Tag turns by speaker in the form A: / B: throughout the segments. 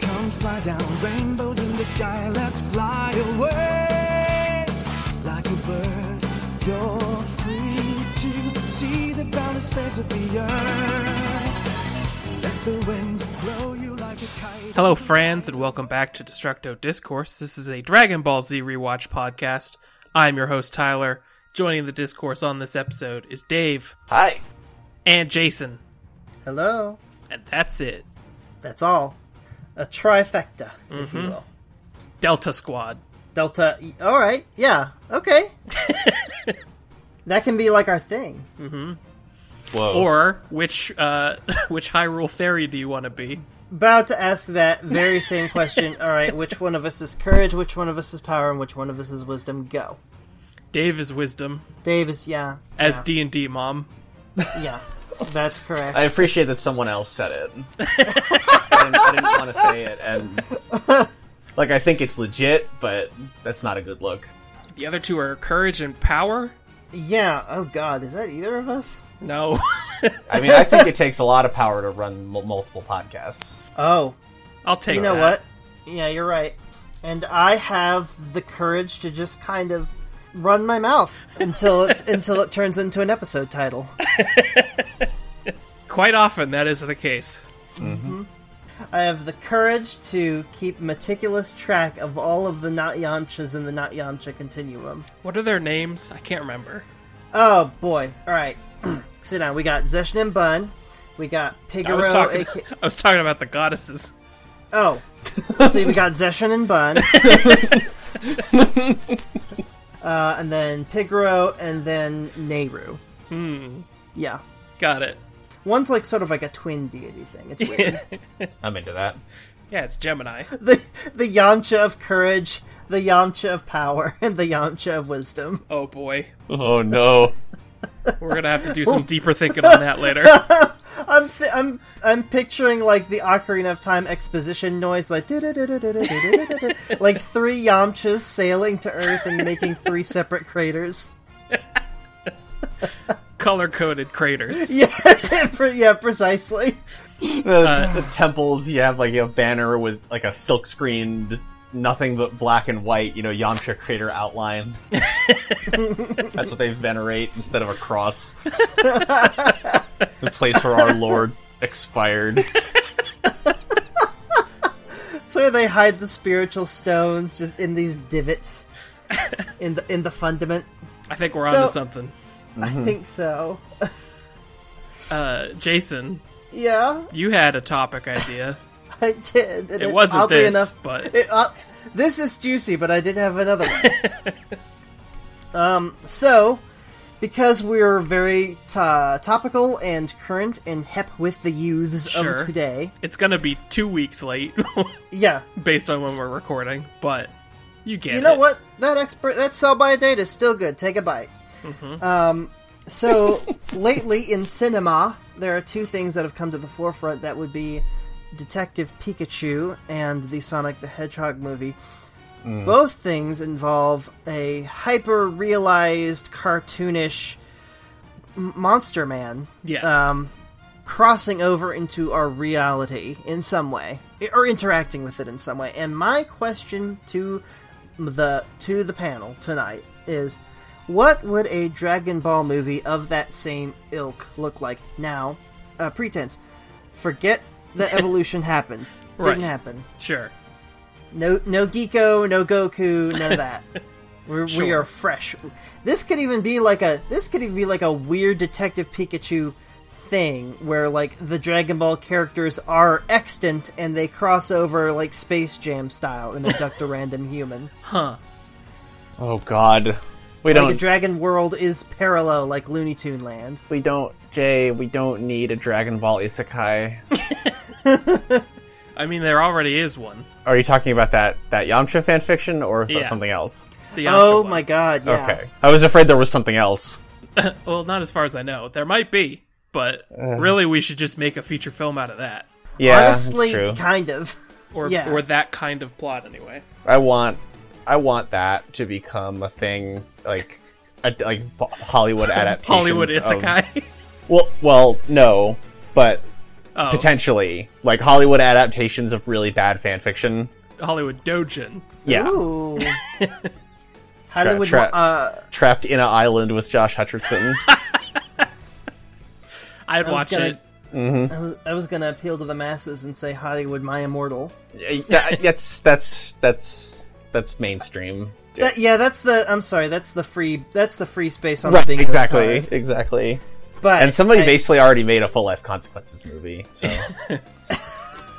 A: Come slide down, rainbows in the sky, let's fly away like a bird. You're free to see the boundless face of the earth. Let the wind blow you like a kite.
B: Hello, friends, and welcome back to Destructo Discourse. This is a Dragon Ball Z rewatch podcast. I'm your host, Tyler. Joining the discourse on this episode is Dave
C: Hi.
B: and Jason.
D: Hello.
B: And that's it.
D: That's all. A trifecta, if you will.
B: Delta Squad.
D: Delta. All right. Yeah. Okay. that can be like our thing.
C: Whoa.
B: Or which uh which Hyrule Fairy do you want to be?
D: About to ask that very same question. all right. Which one of us is courage? Which one of us is power? And which one of us is wisdom? Go.
B: Dave is wisdom
D: Dave is yeah.
B: as D and D mom.
D: Yeah. That's correct.
C: I appreciate that someone else said it. I didn't, I didn't want to say it, and like I think it's legit, but that's not a good look.
B: The other two are courage and power.
D: Yeah. Oh God. Is that either of us?
B: No,
C: I mean, I think it takes a lot of power to run mul multiple podcasts.
D: Oh.
B: I'll take.
D: you know
B: that.
D: what? Yeah, you're right. And I have the courage to just kind of run my mouth until it until it turns into an episode title.
B: Quite often that is the case.
D: I have the courage to keep meticulous track of all of the not Yamchas in the not Yamcha continuum.
B: What are their names? I can't remember.
D: Oh boy! All right, sit down. We got Zeshnin Bun. We got
B: I was
D: Pigaro.
B: talking.
D: AK-
B: I was talking about the goddesses.
D: oh, so we got Zeshin and Bun. uh, and then Pigaro, and then Nehru. Hmm. Yeah.
B: Got it.
D: One's like sort of like a twin deity thing. It's weird.
C: I'm into that.
B: Yeah, it's Gemini.
D: the the Yamcha of courage, the Yamcha of power, and the Yamcha of wisdom.
B: Oh boy,
C: Oh no.
B: we're gonna have to do some deeper thinking on that later.
D: I'm fi- I'm I'm picturing like the Ocarina of Time exposition noise, like "Du-du-du-du-du-du-du-du-du-du," like three Yamchas sailing to Earth and making three separate craters.
B: Color coded craters.
D: Yeah, pre- yeah, precisely.
C: The, the temples you have like a banner with like a silk screened nothing but black and white, you know, Yamcha crater outline. That's what they venerate instead of a cross. the place where our Lord expired.
D: That's where they hide the spiritual stones, just in these divots in the in the fundament.
B: I think we're
D: So-
B: onto something.
D: I think so.
B: Uh, Jason,
D: Yeah,
B: you had a topic idea.
D: I did. and
B: It wasn't
D: oddly
B: this,
D: enough,
B: but
D: It, uh, this is juicy, but I did have another one. um, so, because we're very to- topical and current and hep with the youths
B: Sure.
D: of today,
B: it's gonna be two weeks late
D: yeah.
B: based on when we're recording. But you get.
D: You know
B: it.
D: what? That expert, that sell by date is still good. Take a bite.
B: Mm-hmm.
D: Um, so lately in cinema, there are two things that have come to the forefront that would be Detective Pikachu and the Sonic the Hedgehog movie. Both things involve a hyper realized, cartoonish m- monster man
B: Yes.
D: um, crossing over into our reality in some way or interacting with it in some way. And my question to the to the panel tonight is what would a Dragon Ball movie of that same ilk look like now? Uh, pretense. Forget that evolution happened. Didn't
B: Right.
D: happen.
B: Sure.
D: No, no Geeko, no Goku, none of that. We're, We
B: Sure.
D: are fresh. This could even be like a this could even be like a weird Detective Pikachu thing where like the Dragon Ball characters are extant and they cross over like Space Jam style and abduct a random human.
C: Oh god. We
D: Like
C: don't
D: the Dragon World is parallel like Looney Tune Land.
C: we don't Jay, we don't need a Dragon Ball Isekai.
B: I mean, there already is one.
C: Are you talking about that that Yamcha fanfiction or is that
B: Yeah.
C: something else?
B: The
D: Oh
B: Yamcha one.
D: my god, yeah.
C: Okay. I was afraid there was something else.
D: Uh.
B: Well, not as far as I know. There might be, but really, we should just make a feature film out of that.
C: Yeah, that's
D: Honestly,
C: true.
D: kind of.
B: or
D: Yeah.
B: or that kind of plot anyway.
C: I want, I want that to become a thing, like, a, like Bo- Hollywood adaptation.
B: Hollywood isekai.
C: well, well, no, but
B: oh,
C: potentially, like Hollywood adaptations of really bad fan fiction.
B: Hollywood dojin.
C: Yeah,
D: Ooh. Hollywood.
C: Tra- tra-
D: uh,
C: trapped in an island with Josh Hutcherson.
B: I'd
D: I was
B: watch
D: gonna-
B: it.
D: I was, I was gonna appeal to the masses and say Hollywood, my immortal.
C: yeah, that's that's that's that's mainstream.
D: That, yeah, that's the. I'm sorry, that's the free. That's the free space on the
C: Right,
D: bingo
C: exactly,
D: card.
C: exactly.
D: But
C: And somebody
D: I-
C: basically already made a full life consequences movie.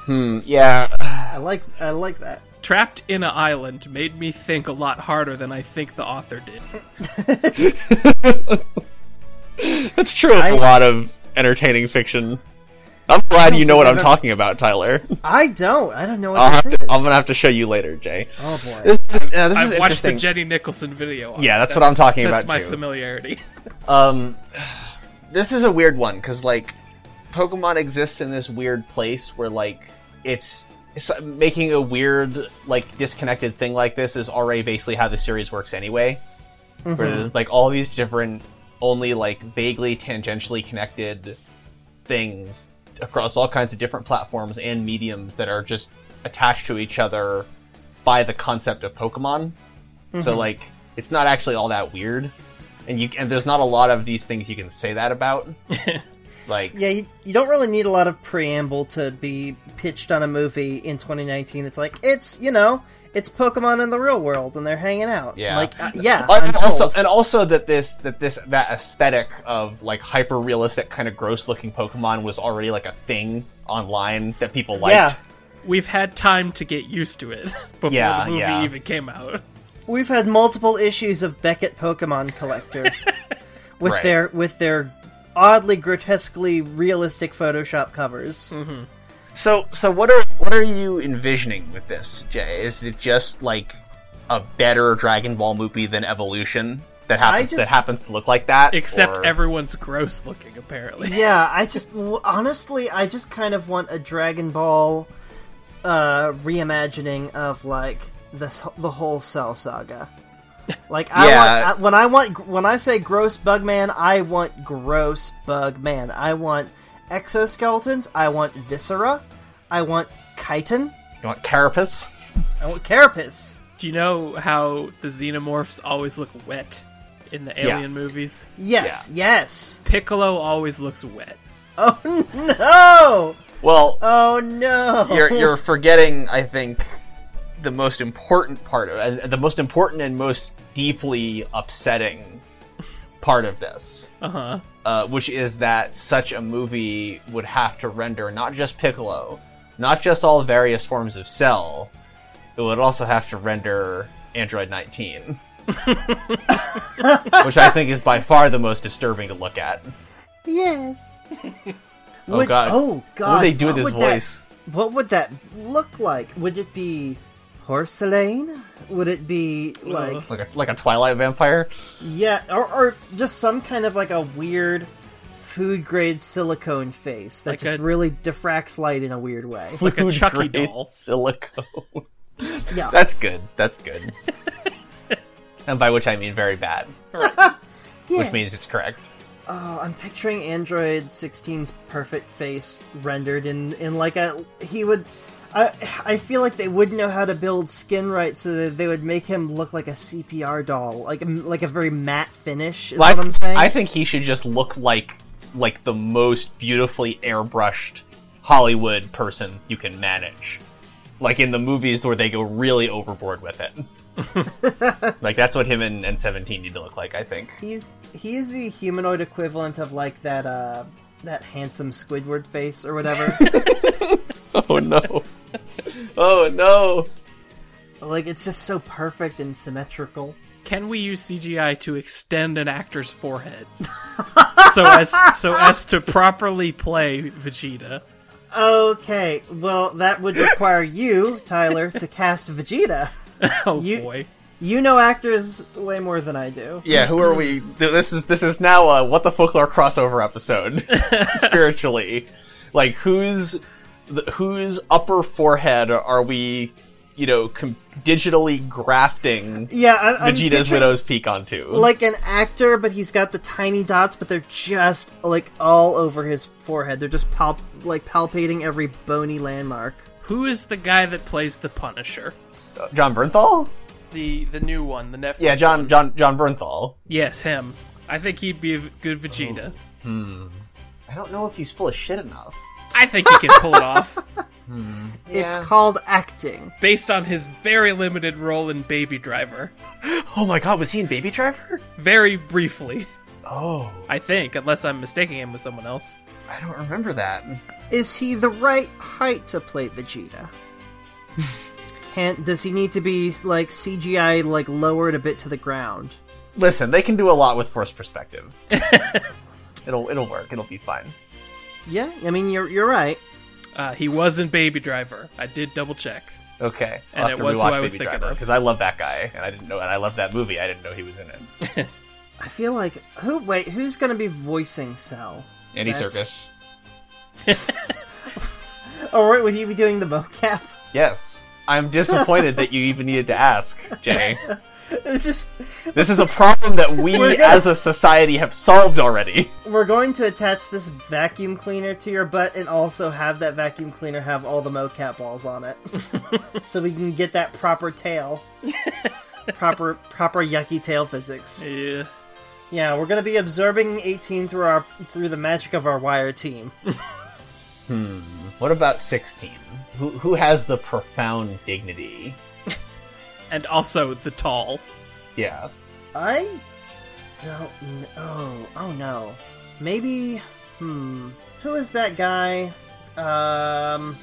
C: So, hmm, yeah,
D: I like. I like that.
B: Trapped in an island made me think a lot harder than I think the author did.
C: that's true. Of a lot of entertaining fiction. I'm glad you know what I'm
D: think I've ever-
C: talking about, Tyler.
D: I don't. I don't know what
C: I'll have
D: this
C: to,
D: is.
C: I'm gonna have to show you later, Jay.
D: Oh boy.
C: This, yeah, this is
B: I watched the
C: interesting.
B: Jenny Nicholson video. on
C: Yeah,
B: it.
C: that's what I'm talking
B: that's
C: about,
B: my
C: too.
B: familiarity.
C: Um, this is a weird one because like, Pokemon exists in this weird place where like it's, it's making a weird like disconnected thing like this is already basically how the series works anyway. Where there's like all these different, only like vaguely tangentially connected things across all kinds of different platforms and mediums that are just attached to each other by the concept of Pokemon. So like, it's not actually all that weird and you and there's not a lot of these things you can say that about. like
D: Yeah, you, you don't really need a lot of preamble to be pitched on a movie in 2019. It's like it's you know it's Pokemon in the real world and they're hanging out.
C: Yeah.
D: like uh, yeah.
C: But
D: I'm sold.
C: also, and also that this that this that aesthetic of like hyper realistic kind of gross looking Pokemon was already like a thing online that people liked.
D: yeah,
B: We've had time to get used to it before
C: Yeah,
B: the movie
C: yeah.
B: even came out.
D: we've had multiple issues of Beckett Pokemon Collector with
C: Right.
D: their with their oddly grotesquely realistic Photoshop covers.
C: Mm-hmm. So so what are what are you envisioning with this, Jay? Is it just like a better Dragon Ball movie than Evolution that happens
D: just-
C: that happens to look like that?
B: Except
C: or-
B: everyone's gross looking, apparently.
D: Yeah, I just w- honestly, I just kind of want a Dragon Ball uh, reimagining of like this the whole Cell Saga. Like I
C: Yeah.
D: want I, when I want when I say gross Bugman, I want gross Bugman. I want exoskeletons. I want viscera. I want chitin.
C: you want Carapace?
D: I want carapace.
B: Do you know how the xenomorphs always look wet in the alien movies?
D: Yes, yes.
B: Piccolo always looks wet.
D: Oh no!
C: Well,
D: Oh no!
C: you're you're forgetting I think the most important part of and the most important and most deeply upsetting part of this
B: Uh
D: Uh-huh.
B: huh.
C: uh, which is that such a movie would have to render not just Piccolo, not just all various forms of Cell, it would also have to render Android 19. which I think is by far the most disturbing to look at.
D: Yes.
C: Oh, God.
D: Oh God!
C: what do they do with his
D: would that-
C: voice?
D: what would that look like? Would it be porcelain? Would it be like
C: Like a, like a Twilight vampire?
D: yeah, or, or just some kind of like a weird food grade silicone face that
B: Like
D: just
B: a-
D: really diffracts light in a weird way?
B: Like a
C: Food
B: Chucky
C: grade
B: doll.
C: Silicone.
D: Yeah,
C: That's good. That's good. and by which I mean very bad,
D: yeah.
C: which means it's correct.
D: Oh, I'm picturing Android 16's perfect face rendered in in like a he would. I I feel like they wouldn't know how to build skin right, so that they would make him look like a CPR doll, like like a very matte finish. Is what I'm saying.
C: I think he should just look like like the most beautifully airbrushed Hollywood person you can manage. Like in the movies where they go really overboard with it. like that's what him and, and Seventeen need to look like, I think.
D: He's he's the humanoid equivalent of like that uh that handsome Squidward face or whatever.
C: Oh no. oh no.
D: like it's just so perfect and symmetrical.
B: Can we use CGI to extend an actor's forehead so as so as to properly play Vegeta?
D: Okay, well that would require you, Tyler, to cast Vegeta.
B: Oh
D: You-
B: boy.
D: You know actors way more than I do.
C: Yeah, who are we? This is this is now a what the folklore crossover episode spiritually. Like who's the, whose upper forehead are we, you know, com- digitally grafting
D: Yeah, I, I'm
C: Vegeta's
D: picturing,
C: widow's peak onto?
D: like an actor, but he's got the tiny dots, but they're just like all over his forehead. They're just palp- like palpating every bony landmark.
B: Who is the guy that plays the Punisher?
C: John Bernthal?
B: The the new one, the Netflix.
C: Yeah,
B: one.
C: John John John Bernthal.
B: Yes, him. I think he'd be a good Vegeta.
C: I don't know if he's full of shit enough.
B: I think he can pull it off
D: It's called acting.
B: based on his very limited role in Baby Driver.
C: Oh my god, was he in Baby Driver?
B: Very briefly,
C: Oh,
B: I think, unless I'm mistaking him with someone else.
C: I don't remember that.
D: Is he the right height to play Vegeta? Can't, does he need to be like CGI, like lowered a bit to the ground?
C: Listen, they can do a lot with forced perspective. it'll it'll work. It'll be fine.
D: Yeah, I mean you're you're right.
B: Uh, he was in Baby Driver. I did double check.
C: Okay.
B: And it was who I was thinking of.
C: because I love that guy, and I didn't know, and I loved that movie. I didn't know he was in it.
D: I feel like who? Wait, who's gonna be voicing Cell?
C: Andy
D: That's-
C: Circus.
D: Or would Oh, he be doing the mocap?
C: Yes. I'm disappointed that you even needed to ask, Jay.
D: It's just
C: This is a problem that we
D: We're gonna-
C: as a society have solved already.
D: we're going to attach this vacuum cleaner to your butt and also have that vacuum cleaner have all the mocap balls on it, so we can get that proper tail, proper proper yucky tail physics.
B: Yeah.
D: Yeah, we're gonna be observing 18 through our through the magic of our wire team.
C: What about 16? Who, who has the profound dignity?
B: And also the tall.
C: Yeah.
D: I don't know. Oh no. Maybe. Hmm. Who is that guy? Um.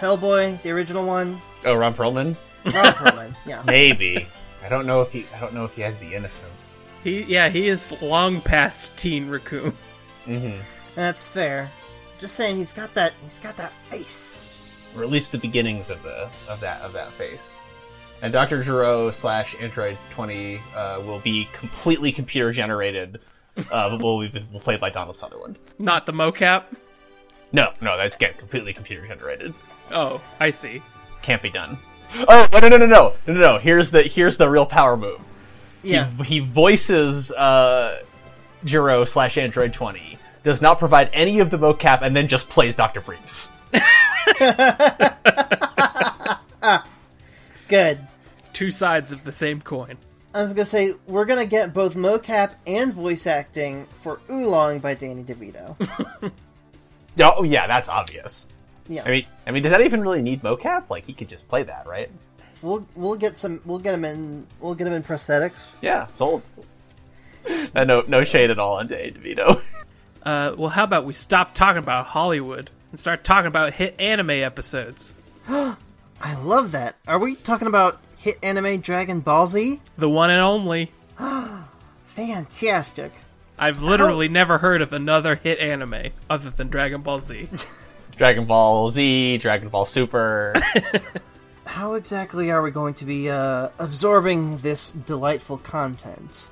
D: Hellboy, the original one.
C: Oh, Ron Perlman?
D: Ron Perlman. Yeah.
C: Maybe. I don't know if he. I don't know if he has the innocence.
B: He yeah, he is long past teen Raccoon.
C: Mm-hmm.
D: That's fair. Just saying, he's got that. He's got that face.
C: or at least the beginnings of the of that of that phase. And Dr. Giroux slash Android Twenty uh, will be completely computer generated, uh, but will be will played by Donald Sutherland.
B: Not the mocap.
C: No, no, that's again completely computer generated.
B: Oh, I see.
C: Can't be done. Oh no no no no no no no! no. Here's the here's the real power move.
D: Yeah.
C: He voices uh, Giroux slash Android Twenty. Does not provide any of the mocap, and then just plays Doctor Breeze.
D: Good.
B: Two sides of the same coin.
D: I was gonna say we're gonna get both mocap and voice acting for Oolong by Danny DeVito.
C: Oh yeah, that's obvious.
D: Yeah.
C: I mean, I mean, does that even really need mocap? Like, he could just play that, right?
D: We'll we'll get some. We'll get him in. We'll get him in prosthetics.
C: Yeah, sold. Uh, no, no shade at all on Danny DeVito.
B: Uh, well, how about we stop talking about Hollywood and start talking about hit anime episodes?
D: I love that. Are we talking about hit anime Dragon Ball Z?
B: The one and only.
D: Fantastic.
B: I've literally never heard of another hit anime other than Dragon Ball Z.
C: Dragon Ball Z, Dragon Ball Super.
D: How exactly are we going to be uh, absorbing this delightful content?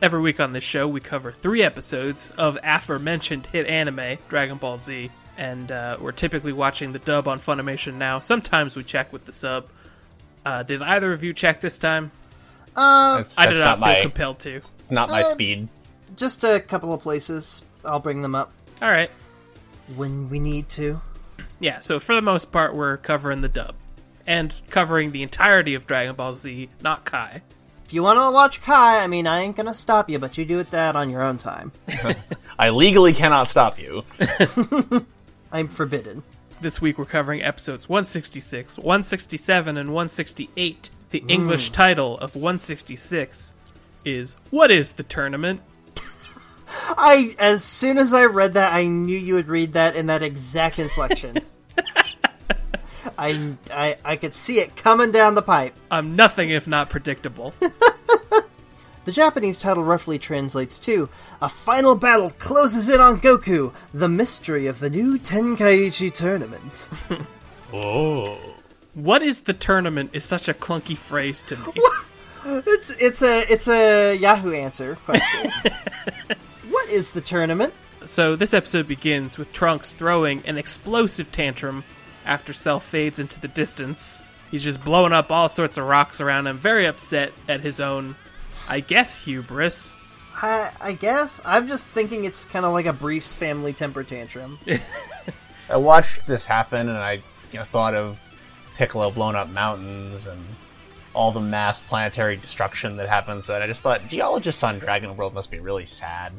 B: Every week on this show, we cover three episodes of aforementioned hit anime, Dragon Ball Z, and uh, we're typically watching the dub on Funimation now. Sometimes we check with the sub. Uh, did either of you check this time?
C: That's,
B: Uh, I
C: that's
B: did
C: not
B: not feel Um,
C: my,
B: compelled to.
C: it's not my
D: Uh,
C: speed.
D: Just a couple of places. I'll bring them up
B: All right.
D: when we need to.
B: Yeah, so for the most part, we're covering the dub and covering the entirety of Dragon Ball Z, not Kai.
D: If you want to watch Kai, I mean, I ain't gonna stop you, but you do it that on your own time.
C: I legally cannot stop you.
D: I'm forbidden.
B: This week, we're covering episodes 166, 167, and 168. The
C: Hmm.
B: English title of 166 is What is the Tournament?
D: I, as soon as I read that, I knew you would read that in that exact inflection. I, I, I could see it coming down the pipe.
B: I'm nothing if not predictable.
D: The Japanese title roughly translates to A Final Battle Closes In on Goku, The Mystery of the New Tenkaichi Tournament.
C: Oh.
B: what is the tournament is such a clunky phrase to me.
D: It's it's a it's a Yahoo answer question. what is the tournament?
B: so this episode begins with Trunks throwing an explosive tantrum after Cell fades into the distance. He's just blowing up all sorts of rocks around him, very upset at his own, I guess, hubris.
D: I, I guess I'm just thinking it's kind of like a Briefs family temper tantrum.
C: I watched this happen, and I you know, thought of Piccolo blowing up mountains and all the mass planetary destruction that happens. And I just thought geologists on Dragon World must be really sad.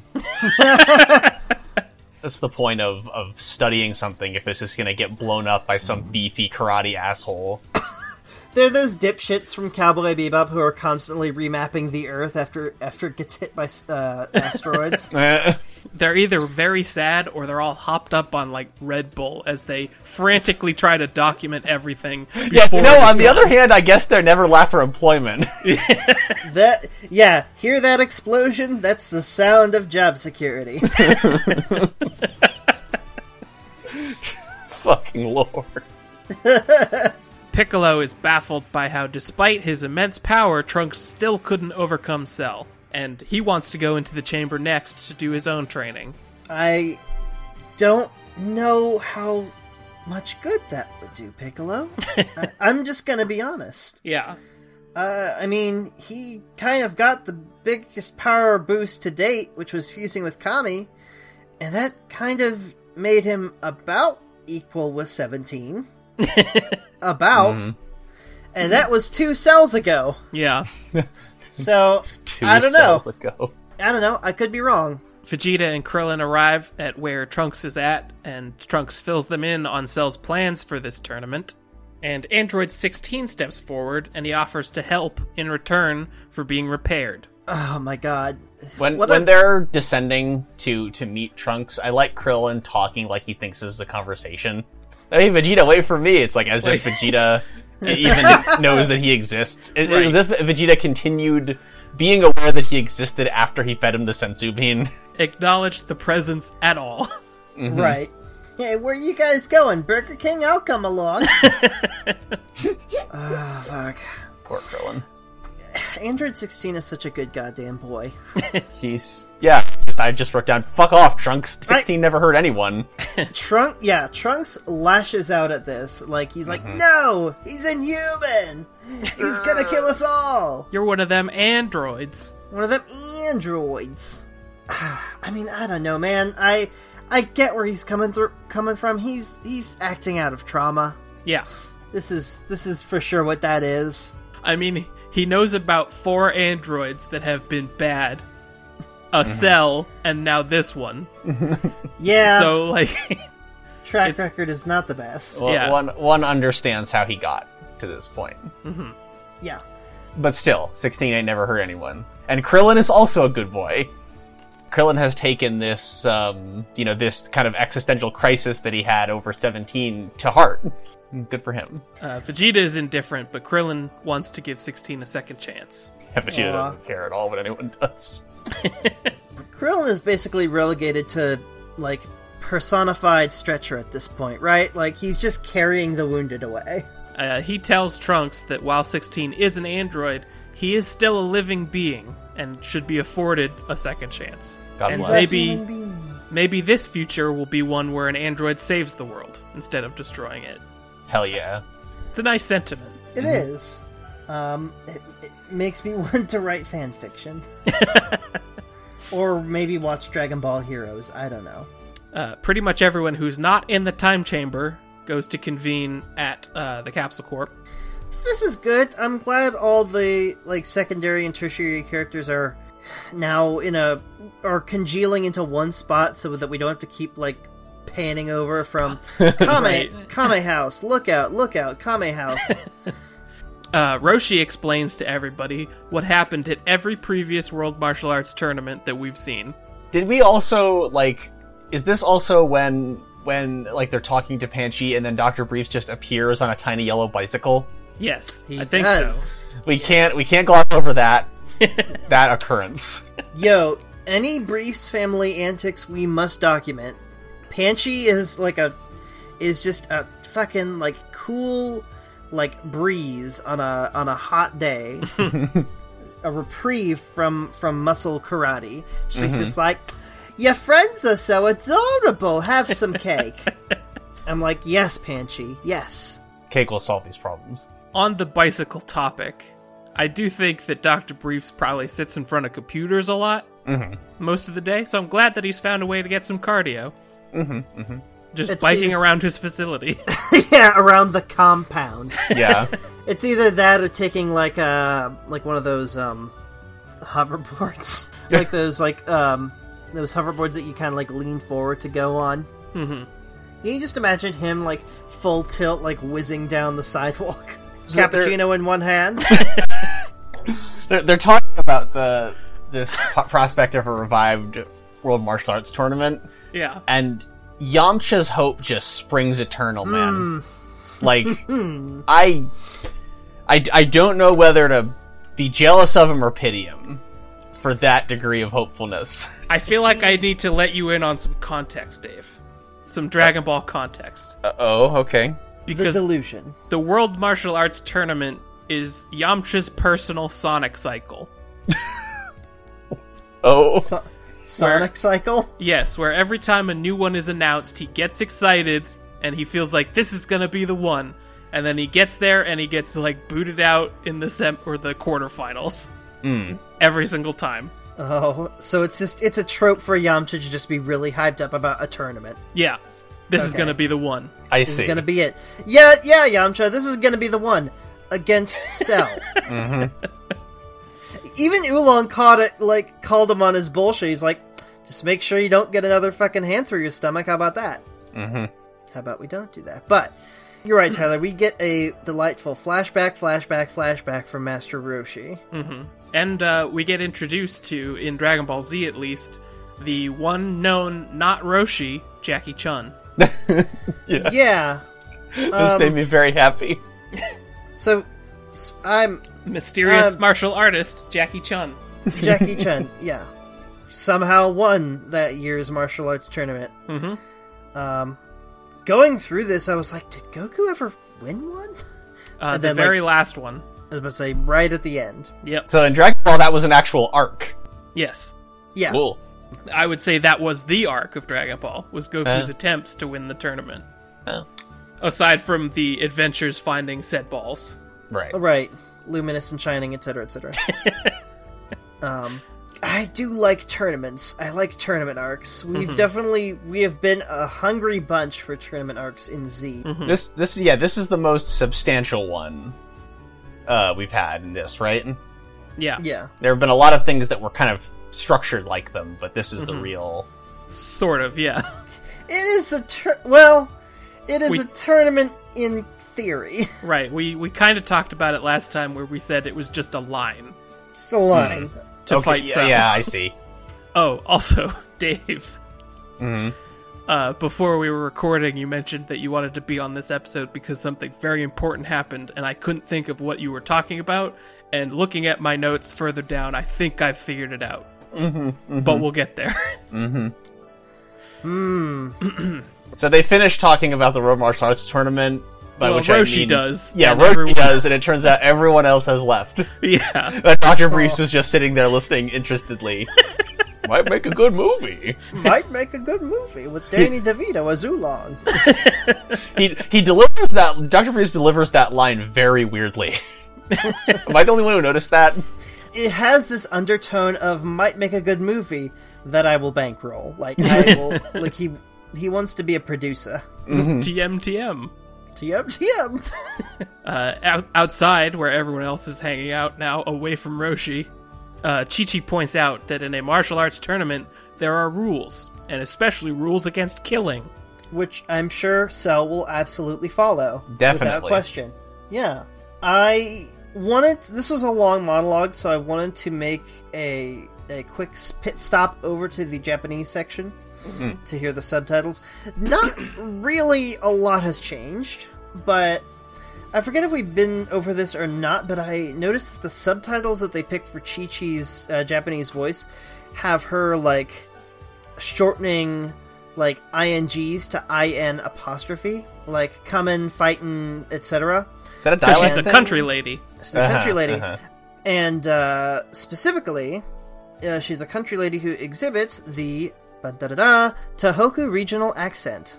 C: That's the point of, of studying something. If it's just gonna get blown up by some beefy karate asshole,
D: They're those dipshits from Cowboy Bebop who are constantly remapping the Earth after after it gets hit by uh, asteroids.
C: Eh.
B: They're either very sad or they're all hopped up on like Red Bull as they frantically try to document everything. Before
C: Yeah, no,
B: it is
C: on the
B: done.
C: other hand, I guess they're never lack for employment.
D: that yeah, hear that explosion? That's the sound of job security.
C: Fucking lord.
B: Piccolo is baffled by how, despite his immense power, Trunks still couldn't overcome Cell, and he wants to go into the chamber next to do his own training.
D: I don't know how much good that would do, Piccolo. I, I'm just gonna be honest.
B: Yeah.
D: Uh, I mean, he kind of got the biggest power boost to date, which was fusing with Kami, and that kind of made him about equal with 17. about.
C: Mm-hmm.
D: And that was two cells ago.
B: Yeah.
D: So,
C: Two
D: I don't know.
C: cells Ago.
D: I don't know. I could be wrong.
B: Vegeta and Krillin arrive at where Trunks is at, and Trunks fills them in on Cell's plans for this tournament. And Android 16 steps forward and he offers to help in return for being repaired.
D: Oh my god.
C: When
D: What
C: when
D: a-
C: they're descending to to meet Trunks, I like Krillin talking like he thinks this is a conversation. Hey Vegeta, wait for me! It's like as if Vegeta even knows that he exists. It-
B: Right.
C: It's as if Vegeta continued being aware that he existed after he fed him the sensu bean.
B: Acknowledge the presence at all.
C: Mm-hmm.
D: Right. Hey, where you guys going? Burger King? I'll come along. oh, fuck.
C: Poor Krillin.
D: Android 16 is such a good goddamn boy.
C: He's yeah. Just, I just wrote down. Fuck off, Trunks. Sixteen never hurt anyone.
D: Trunk, yeah, Trunks lashes out at this. Like, he's like,
B: Mm-hmm.
D: no, he's inhuman. He's gonna kill us all.
B: You're one of them androids.
D: One of them androids. I mean, I don't know, man. I, I get where he's coming through, coming from. He's, he's acting out of trauma.
B: Yeah.
D: This is, this is for sure what that is.
B: I mean, he knows about four androids that have been bad, a cell, and now this one.
D: Yeah,
B: So, like,
D: track
B: it's- Oh.
D: record is not the best.
C: Well,
B: Yeah.
C: One one understands how he got to this point.
D: Yeah.
C: But still, 16 ain't never hurt anyone. And Krillin is also a good boy. Krillin has taken this, um, you know, this kind of existential crisis that he had over 17 to heart. Good for him.
B: uh, Vegeta is indifferent, but Krillin wants to give 16 a second chance.
C: Yeah, Vegeta
D: Aw.
C: doesn't care at all what anyone does.
D: Krillin is basically relegated to like personified stretcher at this point, right? Like he's just carrying the wounded away.
B: Uh, he tells Trunks that while 16 is an android, he is still a living being and should be afforded a second chance.
C: God
D: And
C: bless.
D: so-
B: Maybe-
D: human being.
B: Maybe this future will be one where an android saves the world instead of destroying it.
C: Hell yeah.
B: It's a nice sentiment.
D: It
B: Mm-hmm.
D: is. Um, it, it makes me want to write fan fiction, or maybe watch Dragon Ball Heroes. I don't know.
B: Uh, pretty much everyone who's not in the time chamber goes to convene at uh, the Capsule Corp.
D: This is good. I'm glad all the like secondary and tertiary characters are now in a are congealing into one spot so that we don't have to keep like panning over from Kame
B: Right.
D: Kame House, lookout, lookout, Kame House.
B: Uh, Roshi explains to everybody what happened at every previous World Martial Arts tournament that we've seen.
C: Did we also, like, is this also when, when, like, they're talking to Panchi and then Dr. Briefs just appears on a tiny yellow bicycle?
B: Yes,
D: He
B: I think
D: does.
B: so.
C: We can't, we can't gloss over that, that occurrence.
D: Yo, any briefs family antics we must document. Panchi is like a is just a fucking like cool like breeze on a on a hot day. a reprieve from from muscle karate. She's just like Your friends are so adorable. Have some cake. I'm like, yes, Panchi, yes.
C: Cake will solve these problems.
B: on the bicycle topic, I do think that Dr. Briefs probably sits in front of computers a lot most of the day, so I'm glad that he's found a way to get some cardio. Mm-hmm, mm-hmm. Just
D: It's-
B: biking
D: he's-
B: around his facility.
D: yeah, around the compound.
C: Yeah.
D: It's either that or taking like a like one of those um hoverboards, like those like um those hoverboards that you kind of like lean forward to go on. Mm-hmm. Can you just imagine him like full tilt, like whizzing down the sidewalk,
C: that they're-
D: cappuccino in one hand?
C: they're, they're talking about the this po- prospect of a revived world martial arts tournament,
B: yeah.
C: and Yamcha's hope just springs eternal, man.
D: Hmm.
C: Like I, I, I don't know whether to be jealous of him or pity him for that degree of hopefulness.
B: I feel like I
D: he's-
B: need to let you in on some context, Dave. Some Dragon Ball context.
C: Uh oh, okay.
D: the
B: Because
D: delusion.
B: the World Martial Arts Tournament is Yamcha's personal Sonic cycle.
C: Oh,
D: So- Sonic cycle.
B: Yes, where every time a new one is announced, he gets excited and he feels like this is gonna be the one, and then he gets there and he gets like booted out in the sem or the quarterfinals. Every single time.
D: Oh, so it's just it's a trope for Yamcha to just be really hyped up about a tournament.
B: Yeah, this is
D: Okay.
B: gonna be the one.
C: I
D: This is
C: see.
D: gonna be it. Yeah, yeah, Yamcha, this is gonna be the one against Cell. Mm-hmm. Even Oolong caught it, like called him on his bullshit. He's like, just make sure you don't get another fucking hand through your stomach. How about that? Mm-hmm. How about we don't do that? But you're right, Tyler. We get a delightful flashback, flashback, flashback from Master Roshi.
B: And uh, we get introduced to, in Dragon Ball Z at least, the one known not Roshi, Jackie Chun.
D: Yeah.
C: this
D: um,
C: made me very happy.
D: So s- I'm
B: Mysterious
D: Um,
B: martial artist, Jackie Chun.
D: Jackie Chun, yeah, somehow won that year's martial arts tournament. Mm-hmm. Um, going through this, I was like, did Goku ever win one?
B: Uh,
D: and
B: the
D: then,
B: very last one.
D: I was about to say right at the end.
B: Yep.
C: So in Dragon Ball, that was an actual arc.
B: Yes.
D: Yeah,
C: Cool.
B: I would say that was the arc of Dragon Ball was Goku's
C: Uh.
B: attempts to win the tournament.
C: Oh.
B: Aside from the adventures finding said balls,
C: Right.
D: right. Luminous and shining, etc., etc. um, I do like tournaments. I like tournament arcs. We've
B: Mm-hmm.
D: definitely we have been a hungry bunch for tournament arcs in Z.
B: Mm, Hmm.
C: This this yeah, this is the most substantial one uh we've had in this, right?
B: yeah,
D: Yeah,
C: There have been a lot of things that were kind of structured like them, but this is
B: Mm-hmm.
C: the real
B: sort of, yeah,
D: it is a tur- well, it is
B: We-
D: a tournament in theory.
B: right. We we kind of talked about it last time where we said it was just a line
D: Just a line.
B: to
C: Okay,
B: fight.
C: yeah,
B: some.
C: yeah, I see.
B: Oh, also, Dave. Uh, before we were recording, you mentioned that you wanted to be on this episode because something very important happened, and I couldn't think of what you were talking about. And looking at my notes further down, I think I've figured it out. But we'll get there.
C: So they finished talking about the World Martial Arts tournament, by
B: Well,
C: which I
B: Roshi
C: mean-
B: does,
C: Yeah,
B: and
C: Roshi
B: everyone-
C: does, and it turns out everyone else has left.
B: yeah.
C: But Dr. Brees
B: Oh.
C: was just sitting there listening interestedly. Might make a good movie.
B: Mm.
D: might make a good movie with Danny DeVito as Oolong.
C: he he delivers that Dr. Reeves delivers that line very weirdly. Am I the only one who noticed that?
D: It has this undertone of might make a good movie that I will bankroll. Like I will like he he wants to be a producer.
B: TMTM.
D: TM TM.
B: Uh, out- outside, where everyone else is hanging out now, away from Roshi, uh, Chi Chi points out that in a martial arts tournament, there are rules, and especially rules against killing.
D: Which I'm sure Cell will absolutely follow. Without
C: Definitely.
D: question. Yeah. I wanted this was a long monologue, so I wanted to make a a quick s- pit stop over to the Japanese section to hear the subtitles. Not really a lot has changed, but I forget if we've been over this or not, but I noticed that the subtitles that they picked for Chi Chi's uh, Japanese voice have her like shortening like ings to in apostrophe, like coming, fightin', etc.
C: Is that a
B: Because
C: dialect?
B: she's a
D: Dialect.
B: country lady.
D: She's a
C: Uh-huh,
D: country lady,
C: uh-huh.
D: and uh, specifically, uh, she's a country lady who exhibits the ba da da da, Tohoku regional accent.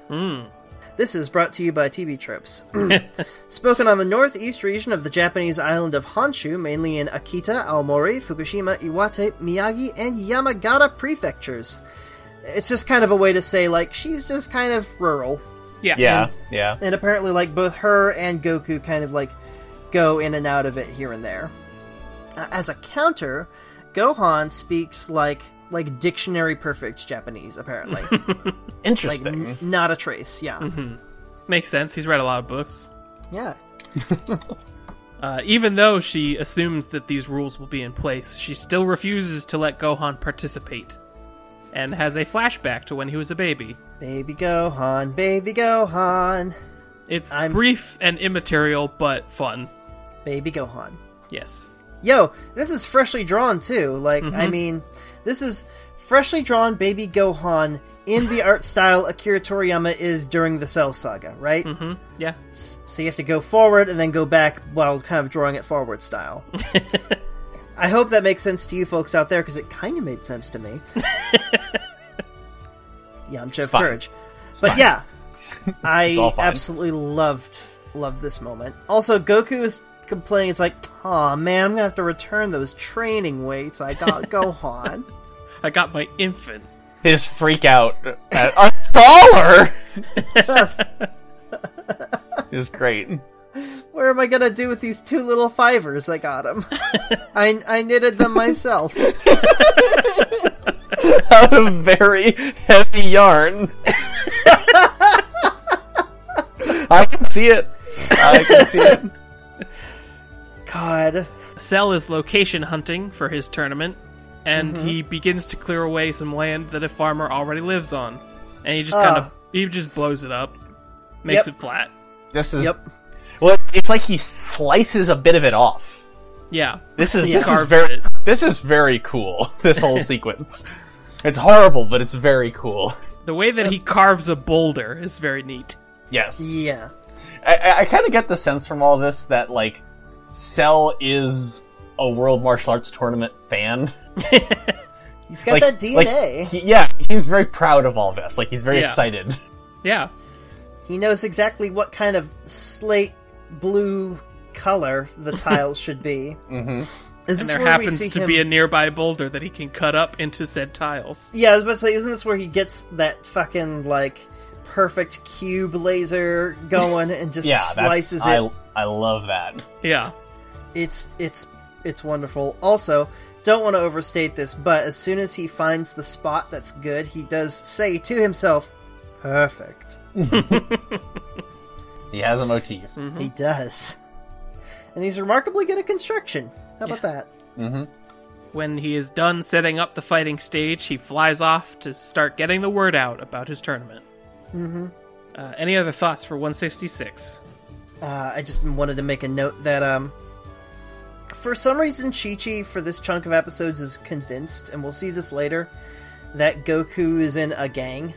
D: This is brought to you by TV Tropes. Spoken on the northeast region of the Japanese island of Honshu, mainly in Akita, Aomori, Fukushima, Iwate, Miyagi, and Yamagata prefectures. It's just kind of a way to say, like, she's just kind of rural.
B: Yeah.
C: Yeah, yeah.
D: And apparently, like, both her and Goku kind of, like, go in and out of it here and there. Uh, as a counter, Gohan speaks, like, like dictionary perfect Japanese, apparently. like,
C: Interesting.
D: n- not a trace, yeah.
B: Makes sense. He's read a lot of books.
D: Yeah.
B: Uh, even though she assumes that these rules will be in place, she still refuses to let Gohan participate and has a flashback to when he was a baby.
D: Baby Gohan, baby Gohan,
B: It's
D: I'm-
B: brief and immaterial, but fun.
D: baby Gohan.
B: Yes.
D: Yo, this is freshly drawn too. Like, I mean, this is freshly drawn baby Gohan in the art style Akira Toriyama is during the Cell Saga, right?
B: Hmm? Yeah.
D: S- So you have to go forward and then go back while kind of drawing it forward style. I hope that makes sense to you folks out there because it kind of made sense to me. Yamcha of
C: fine.
D: Courage. But yeah, I
C: all fine.
D: absolutely loved loved this moment. Also, Goku is complaining. It's like, oh man, I'm gonna have to return those training weights I got Gohan.
B: I got my infant.
C: His freak out at a dollar
D: Just,
C: is great.
D: what am I gonna do with these two little fivers I got him? I I knitted them myself.
C: Out of very heavy yarn. I can see it. I can see it.
D: God.
B: Cell is location hunting for his tournament, and
D: Mm-hmm.
B: he begins to clear away some land that a farmer already lives on. And he just kind of
D: Ah.
B: he just blows it up, makes
D: Yep.
B: it flat.
C: This is
D: Yep.
C: well. It's like he slices a bit of it off.
B: Yeah.
C: This is
D: Yeah.
C: this is
B: Carves
C: very
B: it.
C: this is very cool. This whole sequence. It's horrible, but it's very cool.
B: The way that he carves a boulder is very neat.
C: Yes.
D: Yeah.
C: I- I, I kind of get the sense from all this that like Cell is a world martial arts tournament fan.
D: He's got
C: Like-
D: that
C: like,
D: DNA.
C: he- yeah, he seems very proud of all this. Like he's very
B: Yeah.
C: excited.
B: Yeah.
D: He knows exactly what kind of slate blue color the tiles should be. Mm-hmm. Is this
B: And there
D: where we
B: happens
D: see
B: to
D: him...
B: be a nearby boulder that he can cut up into said tiles.
D: Yeah, I was about to say, isn't this where he gets that fucking like perfect cube laser going and just
C: Yeah, that's,
D: slices
C: I,
D: it?
C: I love that.
B: Yeah.
D: It's it's it's wonderful. Also, don't want to overstate this, but as soon as he finds the spot that's good, he does say to himself, "Perfect."
C: He has a motif.
D: He does. And he's remarkably good at construction. How about that?
B: When he is done setting up the fighting stage, he flies off to start getting the word out about his tournament. Mm-hmm. Uh, any other thoughts for 166?
D: Uh, I just wanted to make a note that um, for some reason, Chi Chi for this chunk of episodes is convinced, and we'll see this later, that Goku is in a gang,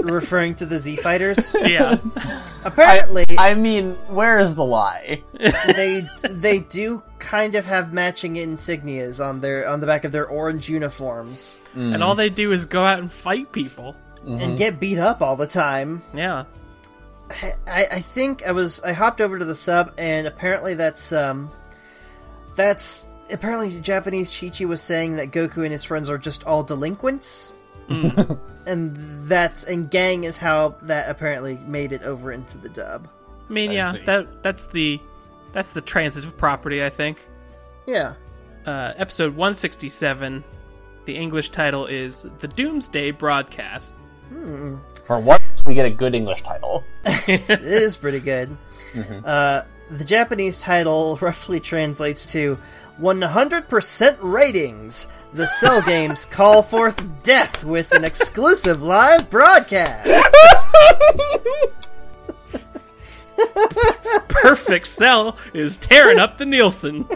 D: referring to the Z Fighters.
B: Yeah.
C: Hmm.
D: Apparently,
C: I mean, where is the lie?
D: they they do kind of have matching insignias on their on the back of their orange uniforms
B: And all they do is go out and fight people.
D: and get beat up all the time.
B: Yeah.
D: I, I think I was I hopped over to the sub and apparently that's um that's apparently Japanese Chichi was saying that Goku and his friends are just all delinquents. and that's and gang is how that apparently made it over into the dub.
B: I mean,
C: I
B: yeah,
C: see.
B: that that's the that's the transitive property, I think.
D: Yeah.
B: Uh, episode 167. The English title is The Doomsday Broadcast.
C: For once, we get a good English title.
D: It is pretty good. Uh the Japanese title roughly translates to 100% ratings. The Cell Games call forth death with an exclusive live broadcast.
B: Perfect Cell is tearing up the Nielsen.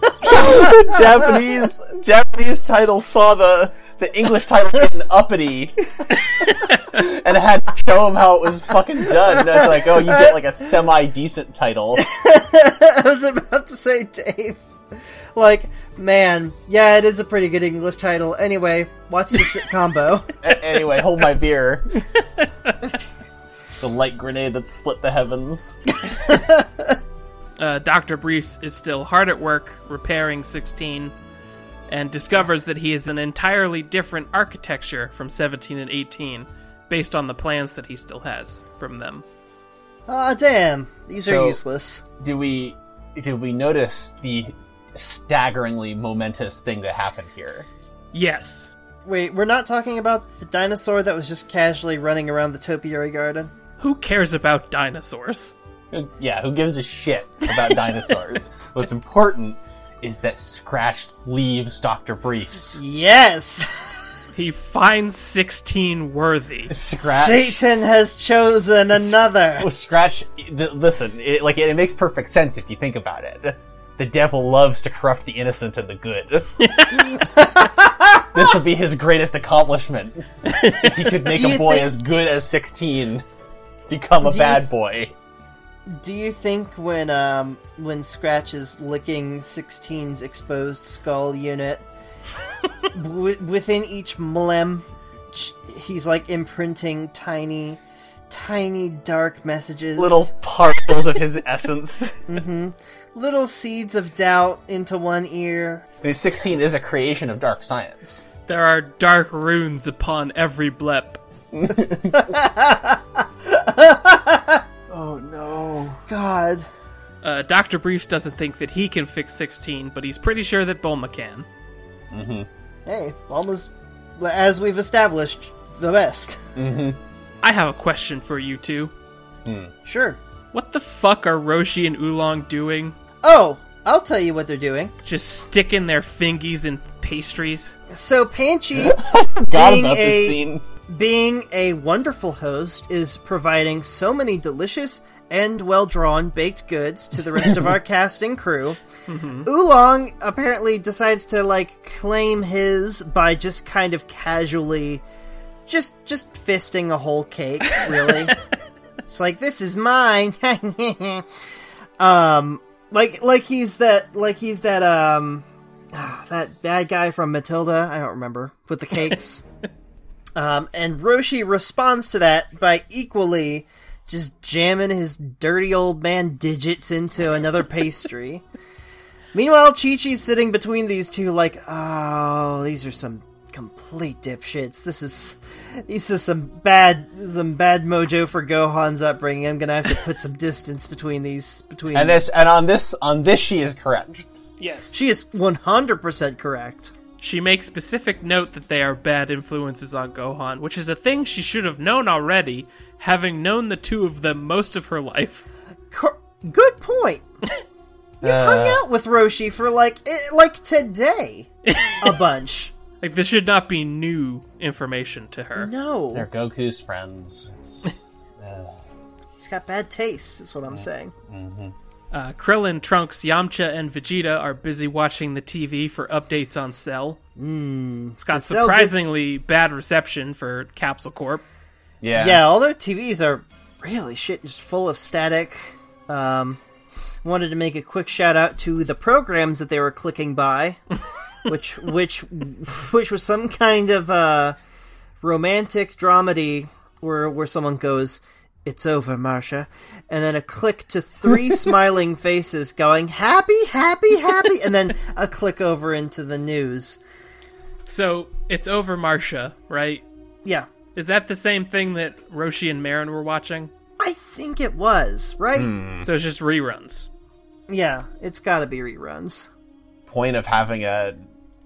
C: Japanese Japanese title saw the the English title in uppity, and had to show him how it was fucking done. And I was like, oh, you get like a semi decent title.
D: I was about to say, Dave. Like, man, yeah, it is a pretty good English title. Anyway, Watch the sitcom Bo.
C: A- anyway, hold my beer. the light grenade that split the heavens.
B: uh, Dr. Briefs is still hard at work repairing 16 and discovers that he is an entirely different architecture from 17 and 18 based on the plans that he still has from them.
D: Ah, damn. These
C: So-
D: are useless.
C: Do we do we notice the staggeringly momentous thing that happened here?
B: Yes.
D: Wait, we're not talking about the dinosaur that was just casually running around the topiary garden?
B: Who cares about dinosaurs?
C: Yeah, who gives a shit about dinosaurs? What's important is that Scratch leaves Dr. Briefs.
D: Yes!
B: He finds 16 worthy.
C: Scratch
D: Satan has chosen another!
C: Well, Scratch, th- listen, it, like it makes perfect sense if you think about it. The devil loves to corrupt the innocent and the good. this would be his greatest accomplishment. If he could make
D: Do
C: a
D: you
C: boy
D: think-
C: as good as 16 become a
D: Do you
C: bad
D: th-
C: boy.
D: Do you think when um when Scratch is licking 16's exposed skull unit, w- within each mlem, sh- he's like imprinting tiny, tiny dark messages,
C: Little parcels of his essence.
D: little seeds of doubt into one ear.
C: I mean, 16 is a creation of dark science.
B: There are dark runes upon every blep.
C: Oh no.
D: God,
B: Uh, Dr. Briefs doesn't think that he can fix 16, but he's pretty sure that Bulma can.
D: hey, Bulma's, as we've established, the best.
B: I have a question for you two.
D: Sure.
B: What the fuck are Roshi and Oolong doing?
D: Oh, I'll tell you what they're doing.
B: Just sticking their fingies in pastries?
D: So Panchi
C: Forgot
D: Being
C: about
D: a-
C: this scene.
D: Being a wonderful host is providing so many delicious and well drawn baked goods to the rest of our cast and crew. Oolong apparently decides to like claim his by just kind of casually just just fisting a whole cake, really. it's like this is mine. um like like he's that like he's that um ah, that bad guy from Matilda, I don't remember, with the cakes. Um, and Roshi responds to that by equally just jamming his dirty old man digits into another pastry. Meanwhile, Chi Chi's sitting between these two, like, oh, these are some complete dipshits. This is this is some bad some bad mojo for Gohan's upbringing. I'm gonna have to put some distance between these between.
C: And this and on this on this she is correct.
B: Yes.
D: she is 100 percent correct.
B: She makes specific note that they are bad influences on Gohan, which is a thing she should have known already, having known the two of them most of her life.
D: Cor- good point. You've
C: Uh,
D: hung out with Roshi for like eh, like today, a bunch.
B: Like, this should not be new information to her.
D: No,
C: They're Goku's friends. It's-
D: he's got bad taste. Is what I'm saying.
B: Uh, Krillin, Trunks, Yamcha, and Vegeta are busy watching the TV for updates on Cell. it's got
D: Cell did-
B: surprisingly bad reception for Capsule Corp.
C: Yeah.
D: Yeah, all their TVs are really shit, just full of static. Um, wanted to make a quick shout out to the programs that they were clicking by, which which which was some kind of uh, romantic dramedy where where someone goes, "It's over, Marsha," and then a click to three smiling faces going, "Happy, happy, happy," and then a click over into the news.
B: So, it's over Marsha, right?
D: Yeah,
B: Is that the same thing that Roshi and Marin were watching?
D: I think it was right.
B: So it's just reruns.
D: Yeah, it's got to be reruns.
C: point of having a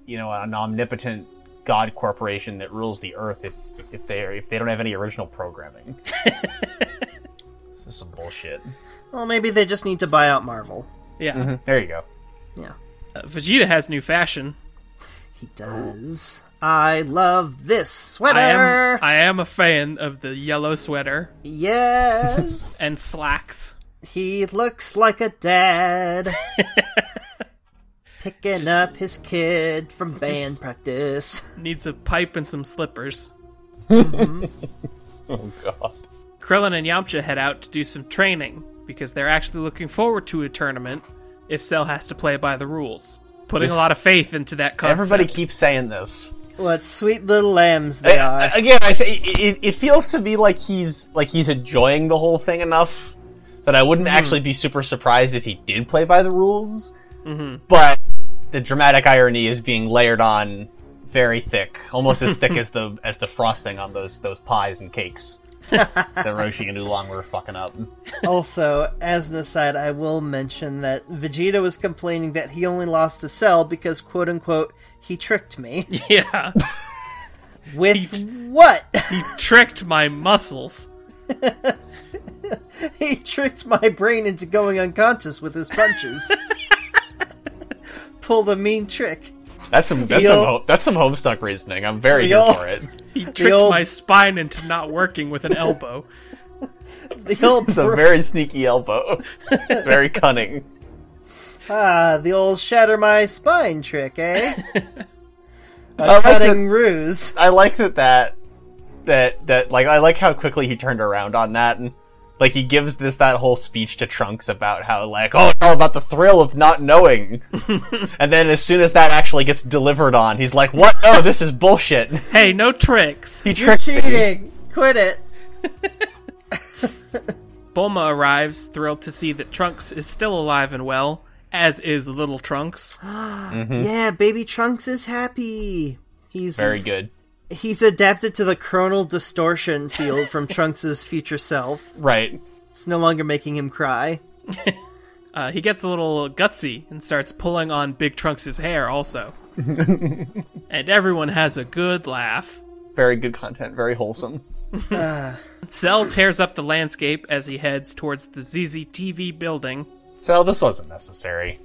C: you know an omnipotent god corporation that rules the earth if, if they if they don't have any original programming this is some bullshit
D: Well, maybe they just need to buy out Marvel.
B: Yeah.
C: there you go
D: Yeah,
B: Uh, Vegeta has new fashion.
D: he does. I love this sweater.
B: I am I am a fan of the yellow sweater
D: yes,
B: and slacks.
D: he looks like a dad. Picking up his kid from band practice.
B: Needs a pipe and some slippers.
C: oh god
B: Krillin and Yamcha head out to do some training because they're actually looking forward to a tournament if Cell has to play by the rules. Putting a lot of faith into that concept.
C: everybody keeps saying this
D: What sweet little lambs they
C: I-
D: are.
C: again, I th- it, it- it feels to me like he's like he's enjoying the whole thing enough that I wouldn't
D: Mm-hmm.
C: actually be super surprised if he did play by the rules.
D: Mm-hmm.
C: But the dramatic irony is being layered on very thick, almost as thick as the as the frosting on those those pies and cakes that Roshi and Oolong were fucking up.
D: also, as an aside, I will mention that Vegeta was complaining that he only lost a cell because, quote unquote, he tricked me.
B: Yeah.
D: With what?
B: He tricked my muscles.
D: he tricked my brain into going unconscious with his punches. Pulled a mean trick.
C: That's some that's
D: Yo.
C: some ho- that's some homestuck reasoning. I'm very
D: Yo.
C: here for it.
B: He tricked
D: old-
B: my spine into not working with an elbow.
D: The old
C: It's a
D: bro-
C: very sneaky elbow, very cunning.
D: ah, the old shatter my spine trick, eh?
C: I
D: A
C: like
D: cutting ruse.
C: I like that that that that like I like how quickly he turned around on that and like he gives this that whole speech to Trunks about how like oh it's all about the thrill of not knowing, and then as soon as that actually gets delivered on, he's like what no this is bullshit.
B: Hey, no tricks.
C: He
D: You're
C: tricked me.
D: cheating. Quit it.
B: Bulma arrives, thrilled to see that Trunks is still alive and well, as is little Trunks.
D: Yeah, baby Trunks is happy. He's
C: Hmm. Very good.
D: he's adapted to the chronal distortion field from Trunks's future self.
C: Right.
D: It's no longer making him cry.
B: Uh, he gets a little gutsy and starts pulling on Big Trunks' hair also. and everyone has a good laugh.
C: Very good content. Very wholesome.
B: Cell tears up the landscape as he heads towards the ZZTV building.
C: So this wasn't necessary.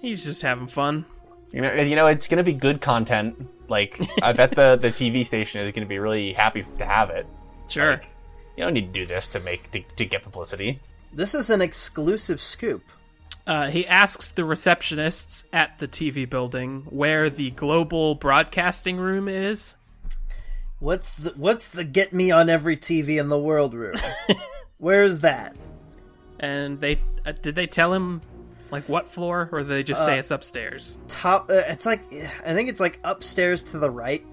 B: He's just having fun.
C: You know, you know, it's gonna be good content. Like I bet the the TV station is gonna be really happy to have it.
B: Sure.
C: You don't need to do this to make to, to get publicity.
D: This is an exclusive scoop.
B: Uh, he asks the receptionists at the TV building where the global broadcasting room is.
D: What's the what's the get me on every TV in the world room? Where is that?
B: And they uh, did they tell him like what floor, or did they just say it's upstairs?
D: Top. Uh, it's like I think it's like upstairs to the right.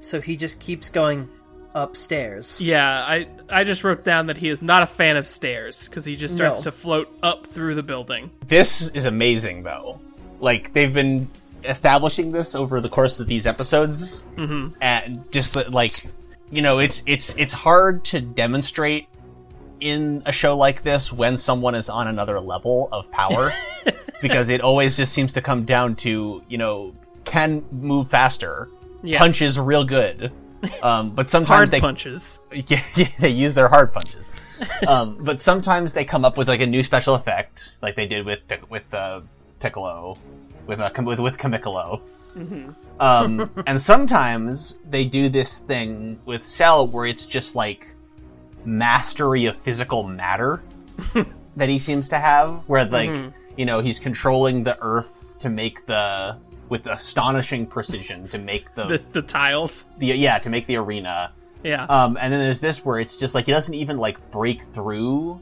D: So he just keeps going upstairs.
B: Yeah, I I just wrote down that he is not a fan of stairs because he just starts
D: No.
B: to float up through the building.
C: This is amazing, though. Like they've been establishing this over the course of these episodes, mm-hmm. and just that, like you know, it's it's it's hard to demonstrate in a show like this when someone is on another level of power, because it always just seems to come down to you know can move faster,
B: Yeah.
C: punches real good, um, but sometimes
B: Hard
C: they
B: punches.
C: yeah, yeah, they use their hard punches. Um, but sometimes they come up with like a new special effect, like they did with Pic- with uh, Piccolo, with uh, Cam- with with Camicolo. Um, and sometimes they do this thing with Cell where it's just like mastery of physical matter that he seems to have, where like you know he's controlling the earth to make the with astonishing precision to make
B: The the tiles.
C: the yeah to make the arena.
B: Yeah.
C: Um, and then there's this where it's just like he doesn't even like break through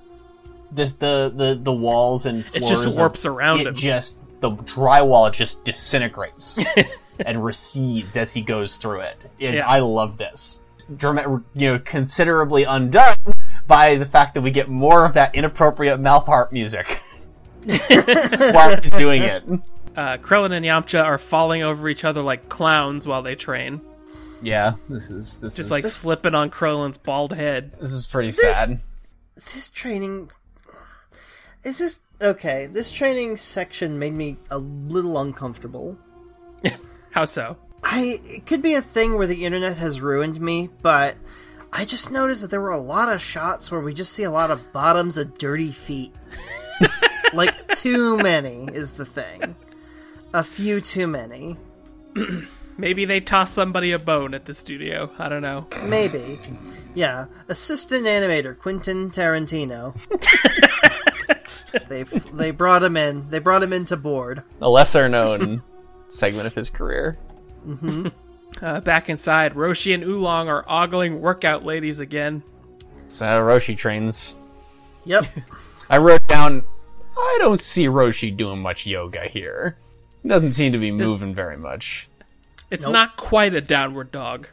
C: this the the, the walls and
B: It
C: floors.
B: just
C: of-
B: warps around
C: It
B: him.
C: just the drywall just disintegrates and recedes as he goes through it. And
B: Yeah.
C: I love this. Drama- you know, considerably undone by the fact that we get more of that inappropriate mouth harp music while he's doing it.
B: Uh, Krillin and Yamcha are falling over each other like clowns while they train,
C: Yeah, this is this
B: just
C: is
B: like slipping on Krillin's bald head.
C: this is pretty
D: This-
C: sad.
D: This training is this okay? This training section made me a little uncomfortable.
B: How so?
D: I it could be a thing where the internet has ruined me, but I just noticed that there were a lot of shots where we just see a lot of bottoms of dirty feet. like too many is the thing. A few too many,
B: Maybe they toss somebody a bone at the studio. I don't know.
D: maybe. Yeah, assistant animator Quentin Tarantino. they they brought him in. They brought him into board.
C: A lesser known segment of his career.
B: Uh, back inside, Roshi and Oolong are ogling workout ladies again.
C: So Uh, Roshi trains.
D: Yep.
C: I wrote down, I don't see Roshi doing much yoga here. He doesn't seem to be moving very much.
B: It's not quite a downward dog.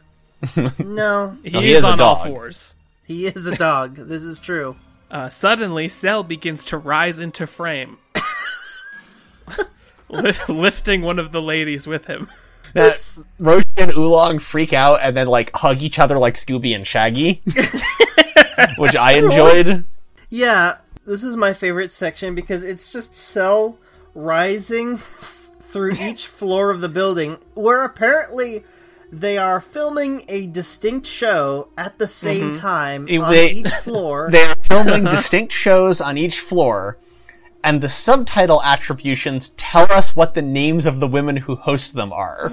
D: No,
B: He,
C: he
B: is,
C: is a
B: on all
C: dog.
B: fours.
D: he is a dog. This is true.
B: Uh, suddenly, Cell begins to rise into frame, Li- lifting one of the ladies with him.
C: That Roach and Oolong freak out and then like hug each other like Scooby and Shaggy, which I enjoyed.
D: Yeah, this is my favorite section because it's just Cell rising through each floor of the building where apparently they are filming a distinct show at the same time
C: Mm-hmm. It-
D: on
C: they-
D: each floor.
C: They are filming distinct shows on each floor, and the subtitle attributions tell us what the names of the women who host them are.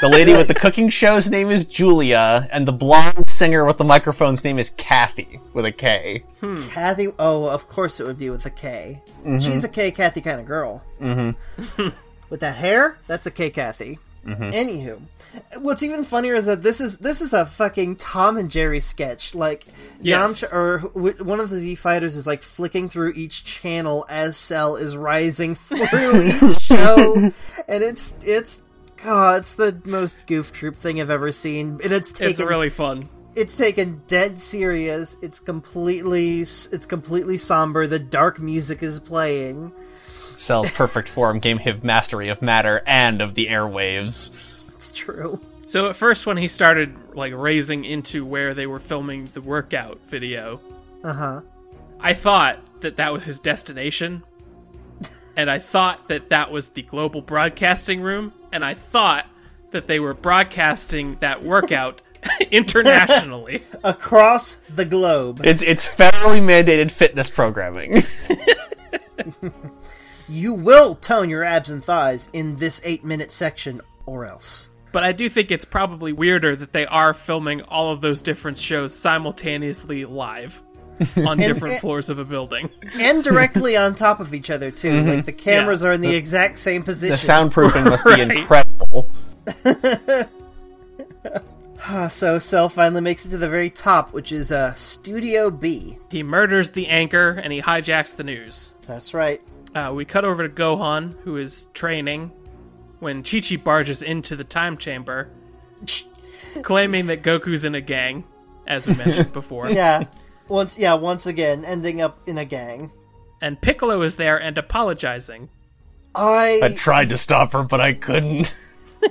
C: The lady with the cooking show's name is Julia, and the blonde singer with the microphone's name is Kathy with a K.
D: Kathy, oh, of course it would be with a K. She's a K Kathy kind of girl. Mm-hmm. with that hair, that's a K Kathy. Anywho, what's even funnier is that this is this is a fucking Tom and Jerry sketch. Like,
B: Yes.
D: Yamcha or wh- one of the Z fighters is like flicking through each channel as Cell is rising through each show, and it's it's. God, it's the most goof troop thing I've ever seen, and it's taken
B: It's really fun.
D: it's taken dead serious. It's completely it's completely somber. The dark music is playing.
C: Cell's perfect form gave him mastery of matter and of the airwaves.
D: It's true.
B: So at first, when he started like raising into where they were filming the workout video,
D: Uh huh.
B: I thought that that was his destination, and I thought that that was the global broadcasting room, and I thought that they were broadcasting that workout internationally.
D: Across the globe,
C: It's it's federally mandated fitness programming.
D: you will tone your abs and thighs in this eight-minute section, or else.
B: But I do think it's probably weirder that they are filming all of those different shows simultaneously live on different floors of a building.
D: And directly on top of each other too. Like the cameras
B: Yeah.
D: are in the, exact same
C: The
D: position.
C: soundproofing must be
B: Right.
C: incredible.
D: Ah, so Cell finally makes it to the very top, which is uh, Studio B.
B: He murders the anchor and he hijacks the news.
D: That's right.
B: Uh, we cut over to Gohan, who is training, when Chi Chi barges into the time chamber, claiming that Goku's in a gang, as we mentioned before.
D: Yeah. Once, yeah, once again, ending up in a gang.
B: And Piccolo is there and apologizing.
D: I
C: I tried to stop her, but I couldn't.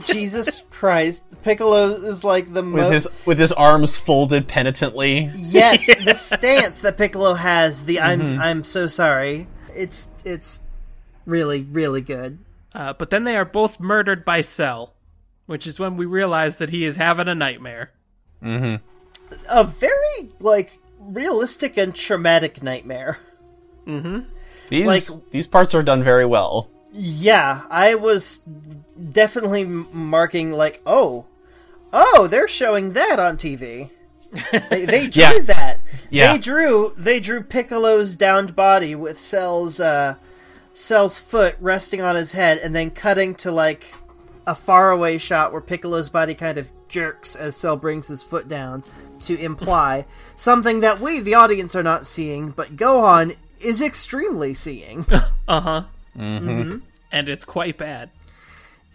D: Jesus Christ, Piccolo is like the
C: With his
D: most.
C: with his arms folded penitently.
D: Yes, the stance that Piccolo has. The I'm
C: Mm-hmm.
D: I'm so sorry. It's it's really really good.
B: Uh, but then they are both murdered by Cell, which is when we realize that he is having a nightmare.
D: A very like realistic and traumatic nightmare.
C: These
D: Like-
C: these parts are done very well.
D: Yeah, I was definitely m- marking like oh oh they're showing that on TV. they, they drew
C: Yeah.
D: that.
C: Yeah.
D: They drew they drew Piccolo's downed body with Cell's uh, Cell's foot resting on his head, and then cutting to like a faraway shot where Piccolo's body kind of jerks as Cell brings his foot down to imply something that we, the audience, are not seeing, but Gohan is extremely seeing.
B: and it's quite bad.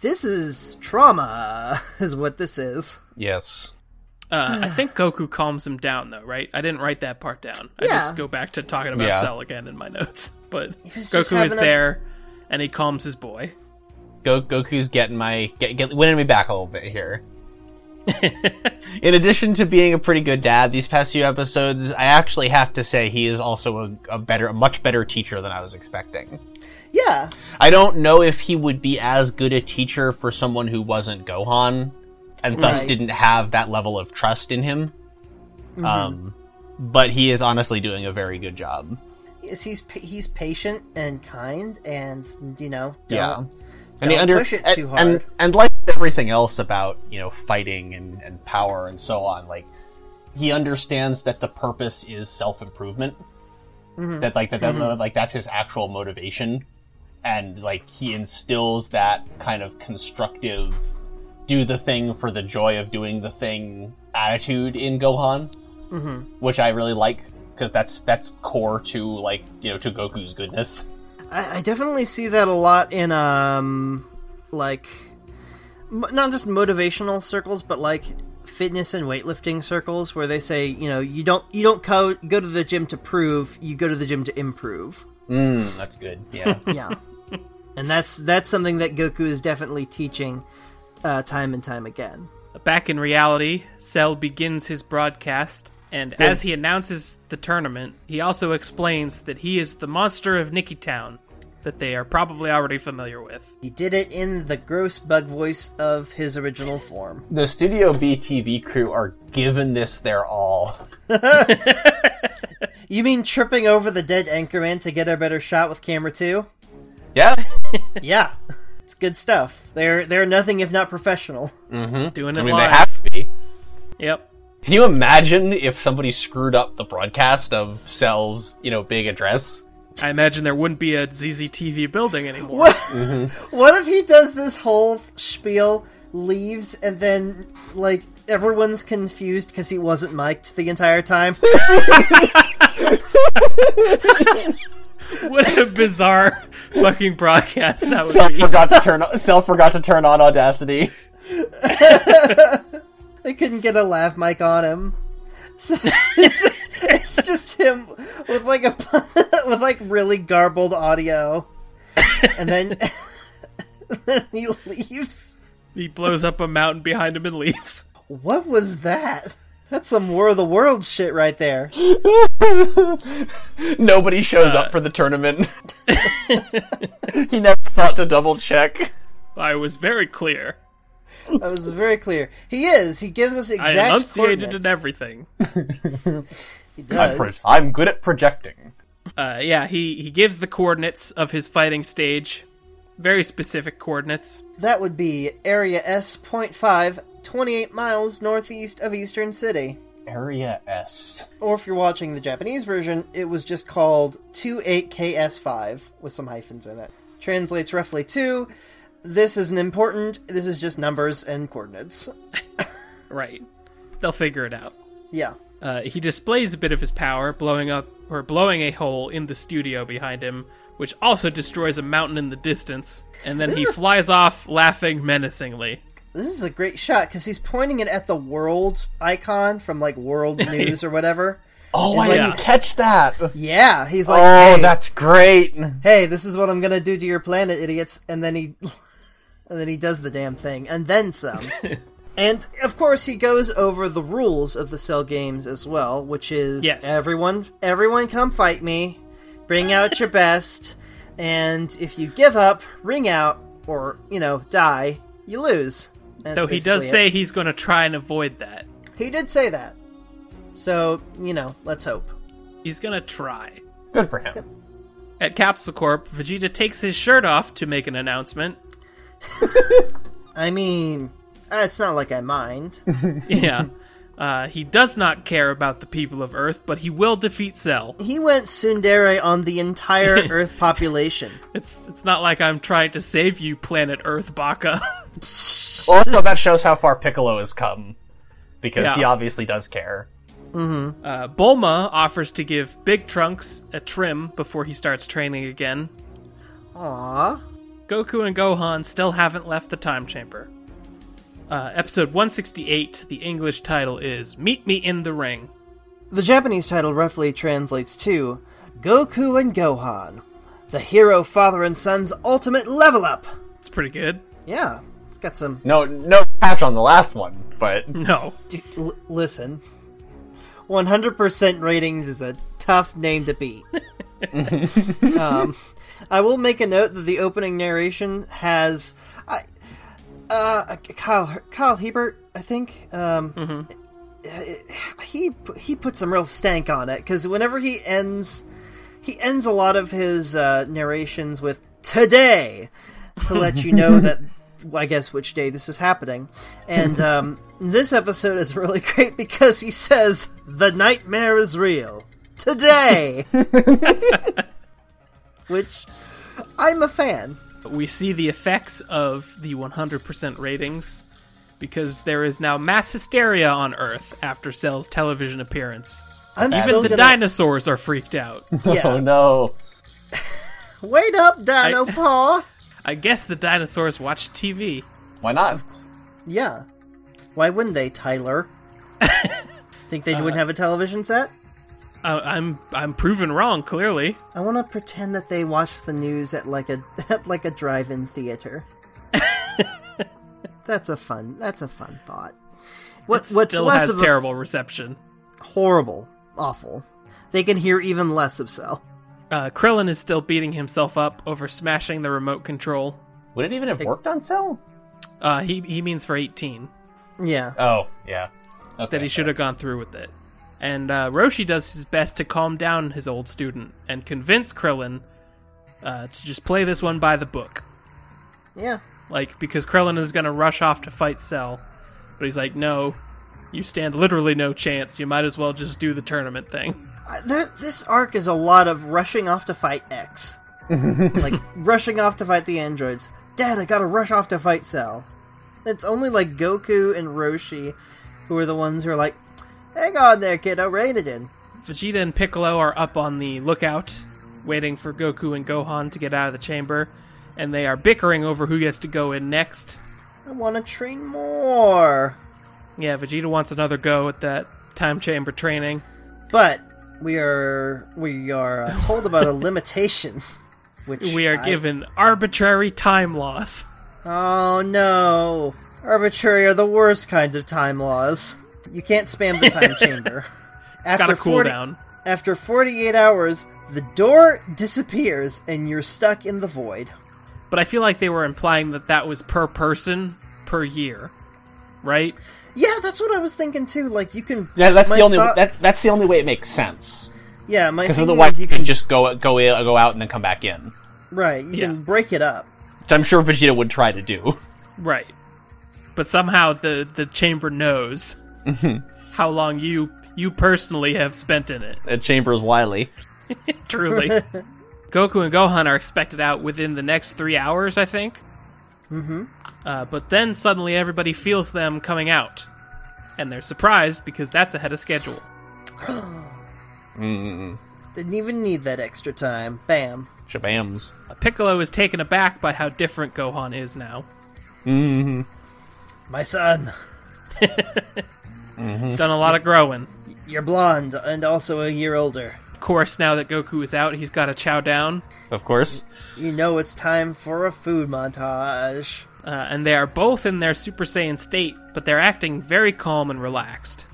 D: this is trauma, is what this is.
C: Yes.
B: Uh, I think Goku calms him down, though, right? I didn't write that part down. I
D: Yeah.
B: just go back to talking about
C: Yeah.
B: Cell again in my notes. But
D: was just
B: Goku is
D: having a-
B: there, and he calms his boy.
C: Go, Goku's getting my get, get winning me back a little bit here. In addition to being a pretty good dad these past few episodes, I actually have to say he is also a, a better, a much better teacher than I was expecting.
D: Yeah,
C: I don't know if he would be as good a teacher for someone who wasn't Gohan, and thus
D: Right. Mm-hmm.
C: didn't have that level of trust in him. Um, but he is honestly doing a very good job.
D: is he's pa- he's patient and kind, and you know, don't-
C: Yeah.
D: Don't push it
C: and-
D: too
C: And,
D: hard.
C: and, like everything else about you know fighting and, and power and so on, like he understands that the purpose is self improvement.
D: Mm-hmm.
C: That like that, that like that's his actual motivation, and like he instills that kind of constructive, do the thing for the joy of doing the thing attitude in Gohan,
D: Mm-hmm.
C: which I really like because that's that's core to like you know to Goku's goodness.
D: I, I definitely see that a lot in um like m- not just motivational circles, but like fitness and weightlifting circles where they say, you know, you don't you don't co- go to the gym to prove, you go to the gym to improve.
C: Mm, that's good. Yeah.
D: Yeah. and that's that's something that Goku is definitely teaching uh, time and time again.
B: Back in reality, Cell begins his broadcast, and as he announces the tournament, he also explains that he is the monster of Nicky Town that they are probably already familiar with.
D: He did it in the gross bug voice of his original form.
C: the Studio B TV crew are giving this their all.
D: You mean tripping over the dead anchorman to get a better shot with camera 2?
C: Yeah.
D: Yeah. It's good stuff. They're they're nothing if not professional.
B: Doing it
C: I mean,
B: live.
C: they have to be.
B: Yep.
C: Can you imagine if somebody screwed up the broadcast of Cell's, you know, big address?
B: I imagine there wouldn't be a ZZTV building anymore.
D: What if he does this whole spiel, leaves, and then like everyone's confused because he wasn't mic'd the entire time?
B: What a bizarre fucking broadcast that would
C: Cell
B: be.
C: forgot to turn on, Cell forgot to turn on Audacity.
D: they couldn't get a lav mic on him. So it's just it's just him with like a with like really garbled audio, and then, then he leaves.
B: He blows up a mountain behind him and leaves.
D: What was that? That's some War of the World shit right there.
C: Nobody shows up for the tournament. Uh. he never thought to double check.
B: I was very clear.
D: That was very clear. He is. He gives us exact.
B: I enunciated
D: coordinates.
B: and everything.
D: He
C: I'm,
D: does.
C: pro- I'm good at projecting.
B: Uh, yeah, he, he gives the coordinates of his fighting stage. Very specific coordinates.
D: That would be Area S.5, 28 miles northeast of Eastern City.
C: Area S.
D: Or if you're watching the Japanese version, it was just called 28KS5 with some hyphens in it. Translates roughly to this isn't important, this is just numbers and coordinates.
B: Right. They'll figure it out.
D: Yeah.
B: Uh, he displays a bit of his power, blowing up or blowing a hole in the studio behind him, which also destroys a mountain in the distance. And then he flies off, laughing menacingly.
D: This is a great shot because he's pointing it at the world icon from like World News or whatever.
C: Oh, I
D: like-
C: didn't catch that.
D: Yeah, he's like,
C: Oh,
D: hey,
C: that's great.
D: hey, this is what I'm gonna do to your planet, idiots, and then he and then he does the damn thing, and then some. and of course he goes over the rules of the cell games as well, which is
B: Yes.
D: everyone everyone come fight me. Bring out your best, and if you give up, ring out, or, you know, die, you lose. That's
B: Though he does
D: basically
B: say
D: it.
B: he's going to try and avoid that.
D: He did say that. So, you know, let's hope.
B: He's going to try.
C: Good for him.
B: At Capsule Corp, Vegeta takes his shirt off to make an announcement.
D: I mean, uh, it's not like I mind.
B: Yeah. Uh, he does not care about the people of Earth, but he will defeat Cell.
D: He went tsundere on the entire Earth population.
B: It's it's not like I'm trying to save you, planet Earth, Baka.
C: Also, that shows how far Piccolo has come. Because
B: Yeah.
C: he obviously does care.
B: Uh, Bulma offers to give Big Trunks a trim before he starts training again.
D: Aww.
B: Goku and Gohan still haven't left the time chamber. Uh, episode 168, the English title is Meet Me in the Ring.
D: The Japanese title roughly translates to Goku and Gohan, the hero father and son's ultimate level up.
B: It's pretty good.
D: Yeah, it's got some.
C: No, no catch on the last one, but
B: No.
D: d- l- listen, 100% ratings is a tough name to beat. um, I will make a note that the opening narration has. I, uh, Kyle, Kyle Hebert, I think. Um, he he put some real stank on it because whenever he ends, he ends a lot of his uh, narrations with "today" to let you know that well, I guess which day this is happening. And um, this episode is really great because he says the nightmare is real today, which I'm a fan.
B: We see the effects of the 100% ratings because there is now mass hysteria on Earth after Cell's television appearance.
D: I'm
B: Even
D: still
B: the
D: gonna,
B: dinosaurs are freaked out.
C: oh
D: yeah.
C: no.
D: Wait up, Dino
B: I-
D: Paw.
B: I guess the dinosaurs watch TV.
C: Why not?
D: Yeah. Why wouldn't they, Tyler? Think they wouldn't have a television set?
B: Uh, I'm I'm proven wrong clearly.
D: I want to pretend that they watch the news at like a at like a drive-in theater. that's a fun. That's a fun thought. What
B: It
D: what's
B: still
D: less
B: has
D: of a-
B: terrible reception.
D: horrible, awful. They can hear even less of Cell.
B: Uh, Krillin is still beating himself up over smashing the remote control.
C: Would it even have worked on Cell?
B: Uh, he he means for 18
D: Yeah.
C: Oh, yeah.
B: that he should have gone through with it. And uh, Roshi does his best to calm down his old student and convince Krillin uh, to just play this one by the book.
D: Yeah.
B: Like because Krillin is going to rush off to fight Cell, but he's like, "No, you stand literally no chance. You might as well just do the tournament thing."
D: I- There, this arc is a lot of rushing off to fight X. like, rushing off to fight the androids. Dad, I gotta rush off to fight Cell. It's only like Goku and Roshi who are the ones who are like, hang on there, kiddo, rein it in.
B: Vegeta and Piccolo are up on the lookout, waiting for Goku and Gohan to get out of the chamber, and they are bickering over who gets to go in next.
D: I wanna train more.
B: Yeah, Vegeta wants another go at that time chamber training.
D: But we are we are uh, told about a limitation, which
B: We are
D: I-
B: given arbitrary time laws.
D: Oh no! Arbitrary are the worst kinds of time laws. You can't spam the time chamber.
B: It's got a
D: 40
B: cooldown.
D: After 48 hours, the door disappears and you're stuck in the void.
B: But I feel like they were implying that that was per person per year, right?
D: Yeah, that's what I was thinking too. Like you can.
C: Yeah, that's
D: my
C: the only
D: thought-
C: that, that's the only way it makes sense.
D: yeah, my
C: Because
D: thing
C: otherwise,
D: is
C: you
D: you
C: can just go go in- go out and then come back in,
D: right. You
B: Yeah.
D: can break it up.
C: which I'm sure Vegeta would try to do.
B: Right. But somehow the the chamber knows how long you you personally have spent in it.
C: At Chambers Wily.
B: Truly. Goku and Gohan are expected out within the next three hours, I think. Mm-hmm. Uh, but then suddenly everybody feels them coming out. And they're surprised because that's ahead of schedule.
D: Didn't even need that extra time. Bam.
C: Shabams.
B: Piccolo is taken aback by how different Gohan is now.
D: My son,
B: He's done a lot of growing.
D: you're blonde and also a year older.
B: Of course, now that Goku is out, he's got to chow down.
C: Of course.
D: You know it's time for a food montage.
B: Uh, and they are both in their Super Saiyan state, but they're acting very calm and relaxed.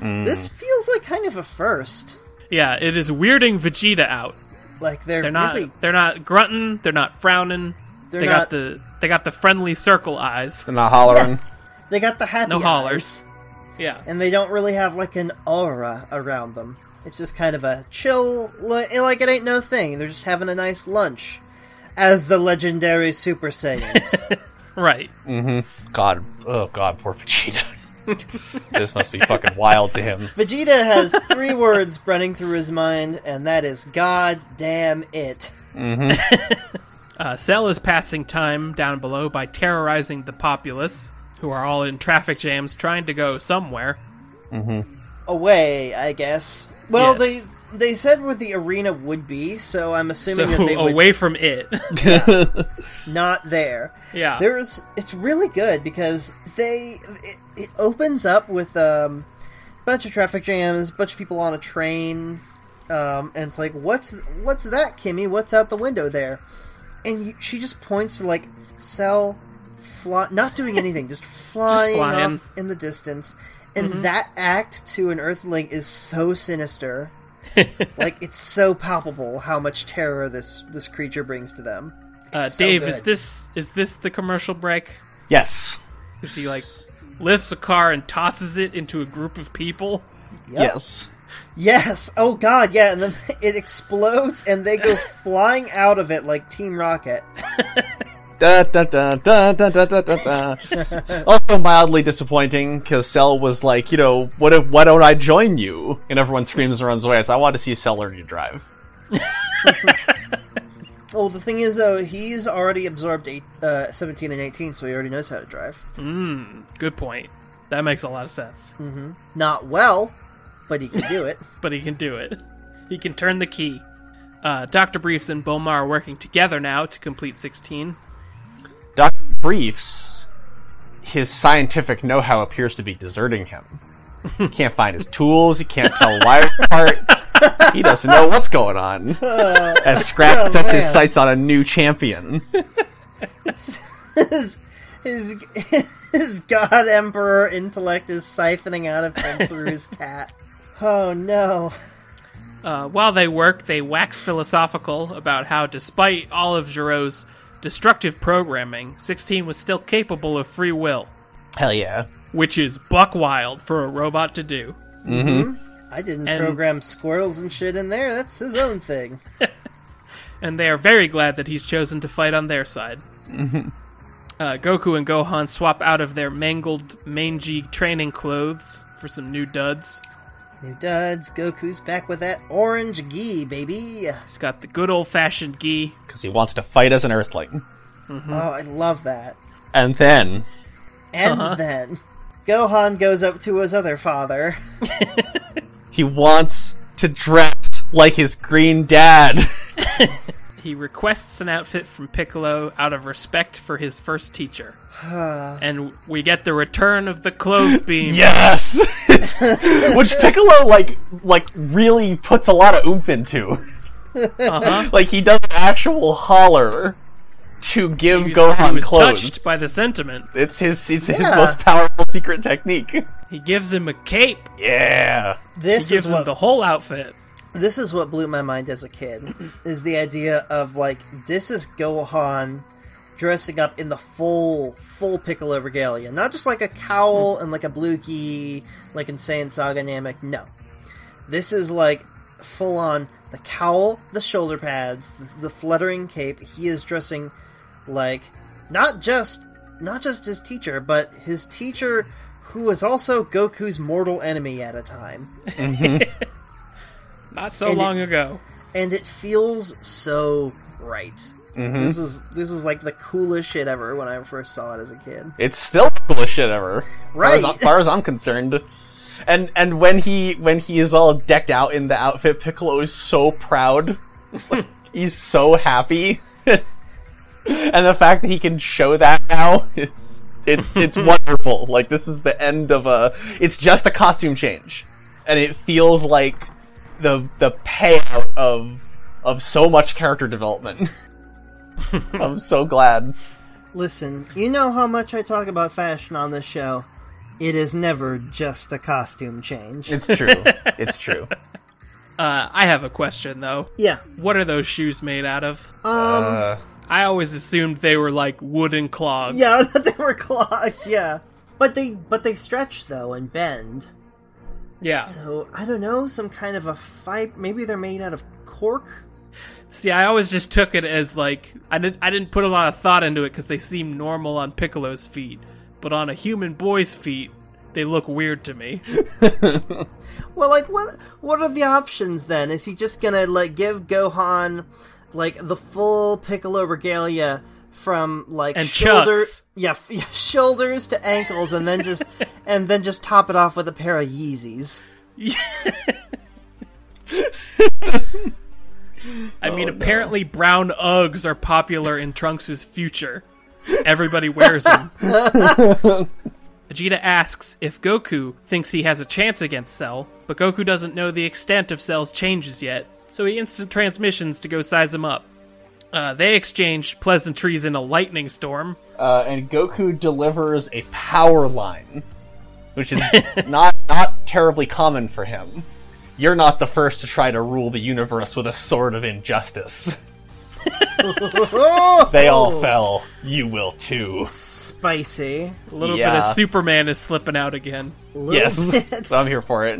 D: This feels like kind of a first.
B: Yeah, it is weirding Vegeta out.
D: Like they're,
B: They're not.
D: really
B: They're not grunting. They're not frowning.
D: They're
B: they
D: not-
B: got the. They got the friendly circle eyes.
C: They're not hollering.
D: they got the happy
B: No
D: eyes,
B: hollers. Yeah.
D: and they don't really have like an aura around them. It's just kind of a chill, li- like it ain't no thing. They're just having a nice lunch, as the legendary Super Saiyans.
B: Right.
C: God. Oh, God, poor Vegeta. this must be fucking wild to him.
D: Vegeta has three words running through his mind, and that is "God damn it."
B: Uh, Cell is passing time down below by terrorizing the populace, who are all in traffic jams trying to go somewhere.
D: Away, I guess. Well,
B: Yes.
D: they they said where the arena would be, so I'm
B: So
D: assuming that they would
B: away from it.
D: not there.
B: yeah.
D: there's it's really good because they it, it opens up with um, a bunch of traffic jams bunch of people on a train um, and it's like what's what's that kimmy what's out the window there and you, she just points to like cell fly, not doing anything just flying,
B: flying. Mm-hmm.
D: off in the distance and that act to an earthling is so sinister like it's so palpable how much terror this this creature brings to them
B: Uh,
D: so
B: Dave,
D: good.
B: is this is this the commercial break?
C: Yes.
B: Is he like lifts a car and tosses it into a group of people?
D: Yep.
C: Yes.
D: Yes. Oh God. Yeah. And then it explodes, and they go flying out of it like Team Rocket.
C: Da, da, da, da, da, da, da, da, da. also mildly disappointing because Cell was like, you know, what if, why don't I join you? And everyone screams and runs away. It's, I want to see Cell learn to drive.
D: Well, the thing is, though, he's already absorbed eight, uh, seventeen and eighteen, so he already knows how to drive.
B: Good point. That makes a lot of sense.
D: Not well, but he can do it.
B: But he can do it. He can turn the key. Uh, Doctor Briefs and Bulma are working together now to complete sixteen.
C: Doc Briefs. his scientific know-how appears to be deserting him. He can't find his tools. He can't tell wire apart. He doesn't know what's going on. As Scrap sets his
D: man.
C: sights on a new champion.
D: his his his god emperor intellect is siphoning out of him through his cat. Oh no!
B: Uh, while they work, they wax philosophical about how, despite all of Giroux's destructive programming, 16 was still capable of free will,
C: Hell yeah.
B: which is buck wild for a robot to do.
D: I didn't
B: And-
D: program squirrels and shit in there. That's his own thing.
B: and they are very glad that he's chosen to fight on their side.
D: Mm-hmm.
B: Uh, Goku and Gohan swap out of their mangled, mangy training clothes for some new duds.
D: New duds. Goku's back with that orange gi, baby.
B: He's got the good old fashioned gi.
C: Because he wants to fight as an Earthling.
D: Oh, I love that.
C: And then
D: And
B: Uh-huh.
D: then Gohan goes up to his other father.
C: he wants to dress like his green dad.
B: He requests an outfit from Piccolo out of respect for his first teacher. and we get the return of the clothes beam.
C: Yes, which Piccolo like like really puts a lot of oomph into.
B: Uh-huh.
C: Like he does an actual holler to give
B: He was-
C: Gohan
B: he was
C: clothes.
B: touched by the sentiment.
C: it's his it's his
D: Yeah.
C: most powerful secret technique.
B: He gives him a cape.
C: Yeah,
D: This
B: He gives
D: is what
B: him the whole outfit.
D: this is what blew my mind as a kid is the idea of like this is Gohan dressing up in the full full Piccolo regalia, not just like a cowl and like a blue key, like insane saga Namek. No, this is like full on the cowl, the shoulder pads, the, the fluttering cape. He is dressing like not just not just his teacher, but his teacher who was also Goku's mortal enemy at a time.
B: Not so
D: And it-
B: long ago.
D: and it feels so right. This was this was like the coolest shit ever when I first saw it as a kid.
C: it's still the coolest shit ever. As
D: Right.
C: far as, far as I'm concerned. And and when he when he is all decked out in the outfit, Piccolo is so proud. Like, he's so happy. and the fact that he can show that now is it's it's wonderful. Like this is the end of a it's just a costume change. And it feels like the the payout of of so much character development. I'm so glad.
D: Listen, you know how much I talk about fashion on this show. It is never just a costume change.
C: It's true. It's true.
B: Uh, I have a question though.
D: yeah.
B: What are those shoes made out of?
D: Um.
C: Uh,
B: I always assumed they were like wooden clogs.
D: Yeah, they were clogs. Yeah, but they but they stretch though and bend.
B: Yeah.
D: So I don't know, some kind of a fiber. Maybe they're made out of cork.
B: See, I always just took it as like I didn't I didn't put a lot of thought into it cuz they seem normal on Piccolo's feet, but on a human boy's feet, they look weird to me.
D: Well, like what? What are the options then? Is he just gonna like give Gohan like the full Piccolo regalia from like
B: And
D: shoulder,
B: Chucks.
D: yeah, f- yeah, shoulders to ankles, and then just and then just top it off with a pair of Yeezys?
B: I mean, apparently brown Uggs are popular in Trunks' future. Everybody wears them. Vegeta asks if Goku thinks he has a chance against Cell, but Goku doesn't know the extent of Cell's changes yet, so he instant transmissions to go size him up. Uh, they exchange pleasantries in a lightning storm.
C: uh, and Goku delivers a power line, which is not not terribly common for him. You're not the first to try to rule the universe with a sword of injustice. They all fell. You will too.
D: Oh, Spicy.
B: A little bit
C: Yeah.
B: of Superman is slipping out again.
D: Little
C: Yes,
D: bit.
C: I'm here for it.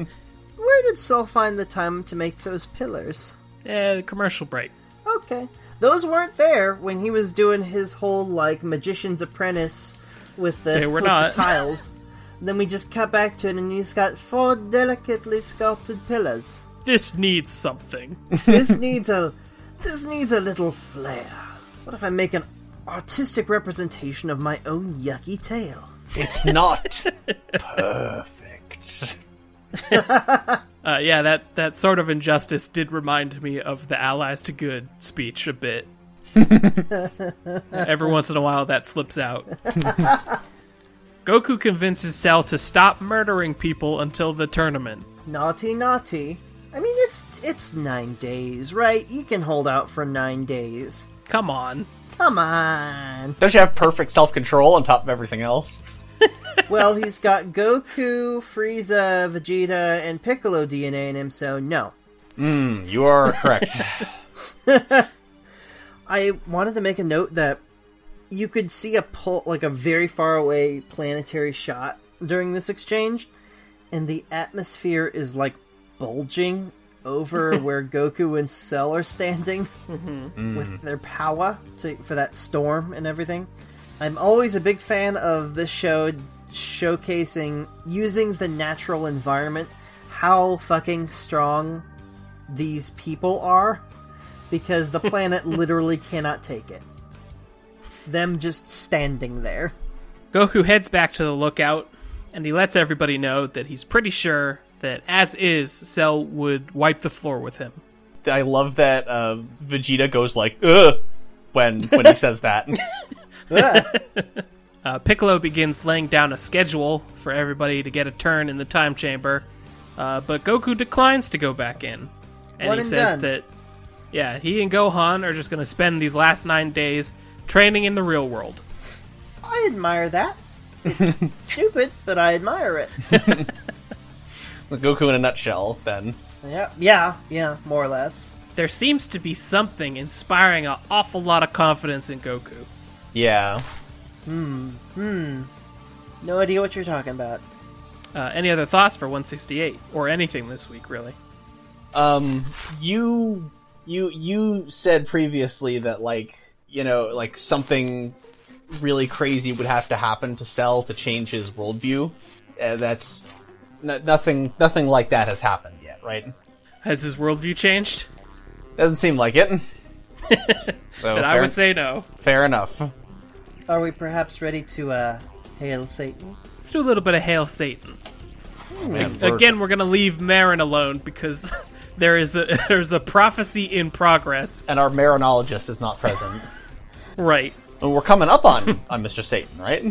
D: Where did Cell find the time to make those pillars?
B: Eh, commercial break.
D: Okay, those weren't there when he was doing his whole like magician's apprentice with the,
B: They were
D: with
B: not.
D: the tiles. then we just cut back to it, and he's got four delicately sculpted pillars.
B: This needs something.
D: This needs a this needs a little flair. What if I make an artistic representation of my own yucky tail?
C: It's not perfect.
B: Uh, yeah, that, that sort of injustice did remind me of the allies to good speech a bit. Every once in a while, that slips out. Goku convinces Cell to stop murdering people until the tournament.
D: Naughty, naughty. I mean, it's it's nine days, right? You can hold out for nine days.
B: Come on.
D: Come on.
C: Don't you have perfect self control on top of everything else?
D: well, he's got Goku, Frieza, Vegeta, and Piccolo DNA in him, so no.
C: You are correct.
D: I wanted to make a note that you could see a pull, like a very far away planetary shot during this exchange, and the atmosphere is like bulging over where Goku and Cell are standing with their power to, for that storm and everything. I'm always a big fan of this show showcasing using the natural environment how fucking strong these people are because the planet literally cannot take it. Them just standing there.
B: Goku heads back to the lookout and he lets everybody know that he's pretty sure that, as is, Cell would wipe the floor with him.
C: I love that uh, Vegeta goes like, ugh, when, when he says that.
B: Uh, Piccolo begins laying down a schedule for everybody to get a turn in the time chamber, uh, but Goku declines to go back in. And
D: One
B: he
D: and
B: says
D: done.
B: that, yeah, he and Gohan are just going to spend these last nine days training in the real world.
D: I admire that. It's stupid, but I admire it.
C: Goku in a nutshell, then.
D: Yeah, yeah, yeah, more or less.
B: There seems to be something inspiring an awful lot of confidence in Goku.
C: Yeah.
D: No idea what you're talking about.
B: Uh, any other thoughts for 168 or anything this week, really?
C: um you you you said previously that like you know like something really crazy would have to happen to sell to change his worldview uh, that's n- nothing nothing like that has happened yet right
B: Has his worldview changed?
C: doesn't seem like it so
B: That
C: fair,
B: I would say no.
C: fair enough
D: Are we perhaps ready to uh hail Satan?
B: Let's do a little bit of Hail Satan.
C: Man, we're-
B: Again, we're gonna leave Marin alone because there is a there's a prophecy in progress.
C: and our marinologist is not present
B: Right.
C: and we're coming up on on mr satan right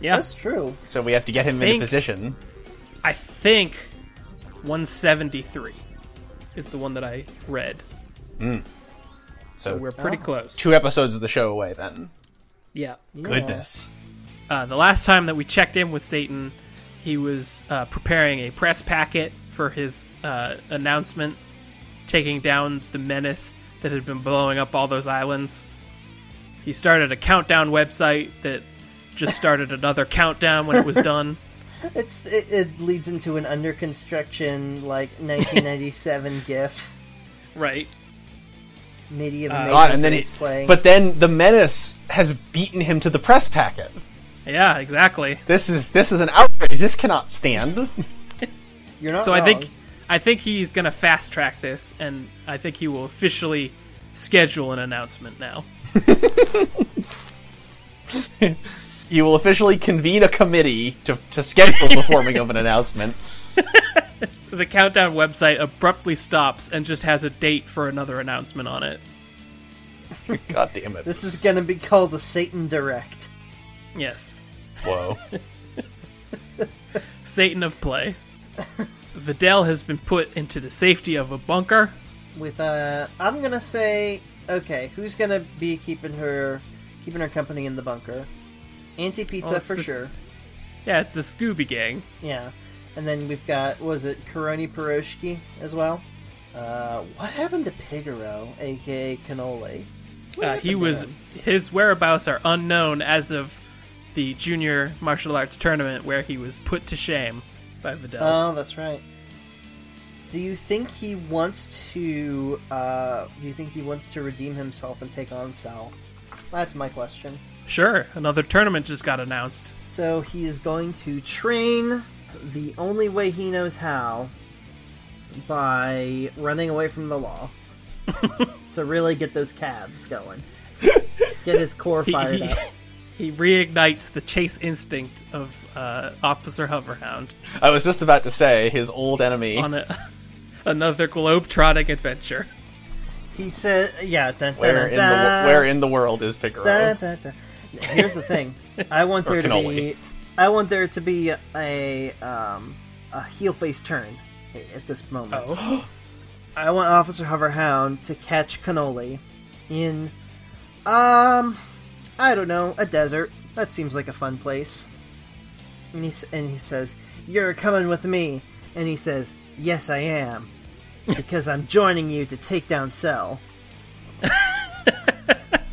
B: Yeah.
D: That's true.
C: so we have to get him
B: Think-
C: into position
B: I think 173 is the one that I read.
C: so
B: We're pretty close.
C: two episodes of the show away then
B: yeah.
D: Yeah.
C: goodness
B: Uh, the last time that we checked in with Satan, he was uh, preparing a press packet for his uh, announcement, taking down the menace that had been blowing up all those islands. He started a countdown website that just started another countdown when it was done.
D: It's it, it leads into an under construction like 1997 GIF.
B: Right.
D: Media of Amazing
C: Uh, God, and then
D: Grace
C: he,
D: playing.
C: but then the menace has beaten him to the press packet.
B: Yeah, exactly.
C: This is this is an outrage. This cannot stand.
D: you're not
B: So I think
D: wrong.
B: I think he's going to fast track this and I think he will officially schedule an announcement now.
C: you will officially convene a committee to, to schedule the forming of an announcement.
B: The countdown website abruptly stops and just has a date for another announcement on it.
C: God damn it!
D: this is going to be called the Satan Direct.
B: Yes.
C: Whoa.
B: Satan of play. Videl has been put into the safety of a bunker.
D: with uh I'm gonna say okay, who's gonna be keeping her keeping her company in the bunker? Auntie Pizza
B: Well, it's
D: for
B: the-
D: sure.
B: Yeah, it's the Scooby Gang.
D: Yeah. And then we've got what was it Karoni Piroshki as well? Uh, what happened to Pigaro, aka Cannoli? What
B: Uh,
D: happened
B: he
D: to
B: was
D: him?
B: his whereabouts are unknown as of the junior martial arts tournament where he was put to shame by Videl.
D: Oh, that's right. Do you think he wants to? Uh, do you think he wants to redeem himself and take on Sal? That's my question.
B: sure, another tournament just got announced.
D: So he is going to train the only way he knows how by running away from the law to really get those calves going. Get his core
B: He,
D: fired
B: he-
D: up.
B: he reignites the chase instinct of uh, Officer Hoverhound
C: I was just about to say his old enemy.
B: on a, another globe-trotting adventure.
D: He said, yeah, dun, dun,
C: where in the
D: dun,
C: wo- where in the world is Piccolo?
D: dun, dun, dun. Here's the thing. I want there to
C: cannoli.
D: be I want there to be a um, a heel face turn a- at this moment.
B: Oh,
D: I want Officer Hoverhound to catch Cannoli in, um, I don't know, a desert. That seems like a fun place. And he, s- and he says, You're coming with me. And he says, Yes, I am. Because I'm joining you to take down Cell.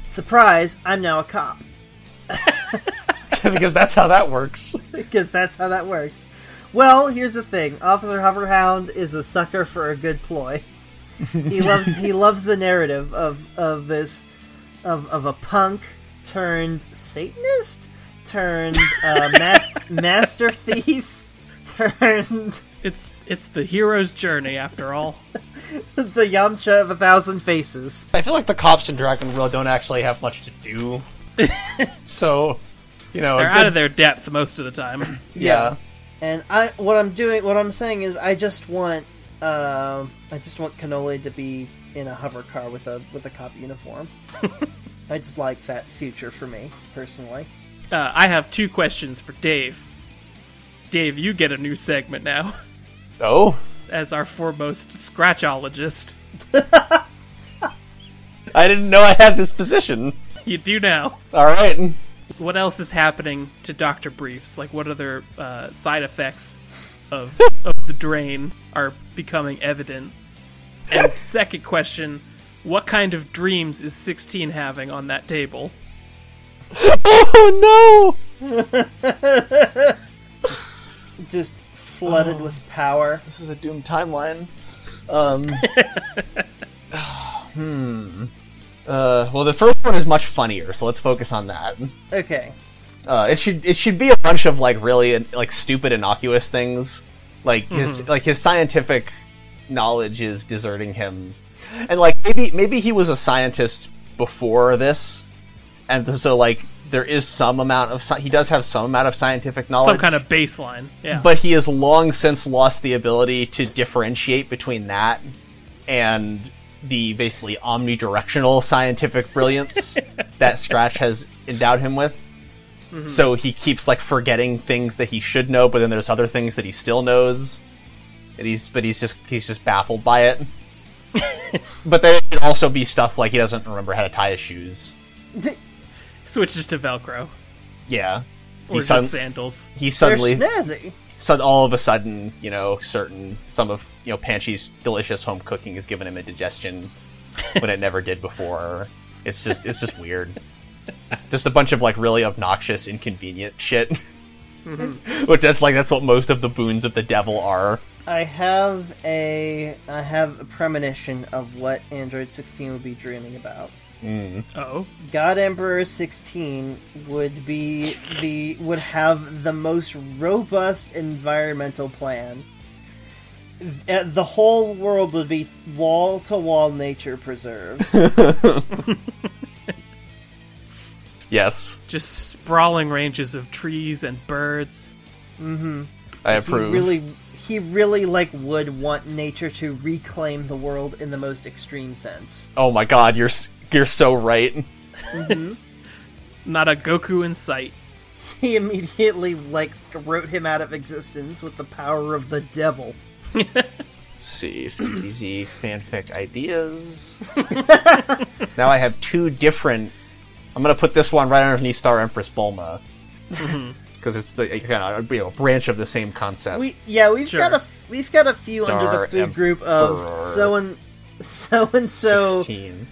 D: Surprise, I'm now a cop.
C: because that's how that works.
D: Because that's how that works. Well, here's the thing. Officer Hoverhound is a sucker for a good ploy. He loves he loves the narrative of of this of of a punk turned Satanist turned uh, mas- master thief turned
B: it's it's the hero's journey after all.
D: the Yamcha of a thousand faces.
C: I feel like the cops in Dragon World don't actually have much to do. so, you know, a
B: They're
C: good-
B: out of their depth most of the time.
C: yeah.
D: And I, what I'm doing, what I'm saying is, I just want, um I just want Cannoli to be in a hover car with a with a cop uniform. I just like that future for me personally.
B: Uh, I have two questions for Dave. Dave, you get a new segment now
C: Oh,
B: as our foremost scratchologist.
C: I didn't know I had this position.
B: You do now.
C: All right.
B: What else is happening to Doctor Briefs? Like, what other uh, side effects of of the drain are becoming evident? And second question: What kind of dreams is sixteen having on that table?
C: Oh
D: Just flooded with power.
C: no! This is a doomed timeline. Um. hmm. Uh, well, the first one is much funnier, so let's focus on that.
D: Okay,
C: Uh, it should it should be a bunch of like really like stupid innocuous things, like his like his scientific knowledge is deserting him, and like maybe maybe he was a scientist before this, and so like there is some amount of sci- he does have some amount of scientific knowledge.
B: Some kind of baseline. Yeah.
C: but he has long since lost the ability to differentiate between that and the basically omnidirectional scientific brilliance that Scratch has endowed him with.
B: Mm-hmm.
C: So he keeps like forgetting things that he should know, but then there's other things that he still knows. And he's but he's just he's just baffled by it. but there could also be stuff like he doesn't remember how to tie his shoes.
B: switches to Velcro
C: Yeah.
B: or
C: he, sudden-
B: just sandals.
C: he
D: they're
C: suddenly
D: snazzy.
C: so all of a sudden, you know, certain some of you know Panchi's delicious home cooking has given him indigestion when it never did before. It's just it's just weird. Just a bunch of like really obnoxious, inconvenient shit.
D: Mm-hmm.
C: Which that's like that's what most of the boons of the devil are.
D: I have a I have a premonition of what Android 16 would be dreaming about.
B: Oh,
D: God Emperor 16 would be the would have the most robust environmental plan. Uh, The whole world would be wall to wall nature preserves.
C: Yes,
B: just sprawling ranges of trees and birds.
C: I
D: he
C: approve.
D: really he really like would want nature to reclaim the world in the most extreme sense.
C: Oh my god, you're s- you're so right.
B: Not a Goku in sight.
D: He immediately like wrote him out of existence with the power of the devil.
C: Let's see, easy fanfic ideas. so now I have two different. I'm gonna put this one right underneath Star Empress Bulma
D: Mm-hmm.
C: because it's the you know, you know, a branch of the same concept.
D: We yeah, we've
B: Sure.
D: got a f- we've got a few under the
C: Dar
D: food group of
C: Emperor.
D: so and so and so
C: 16.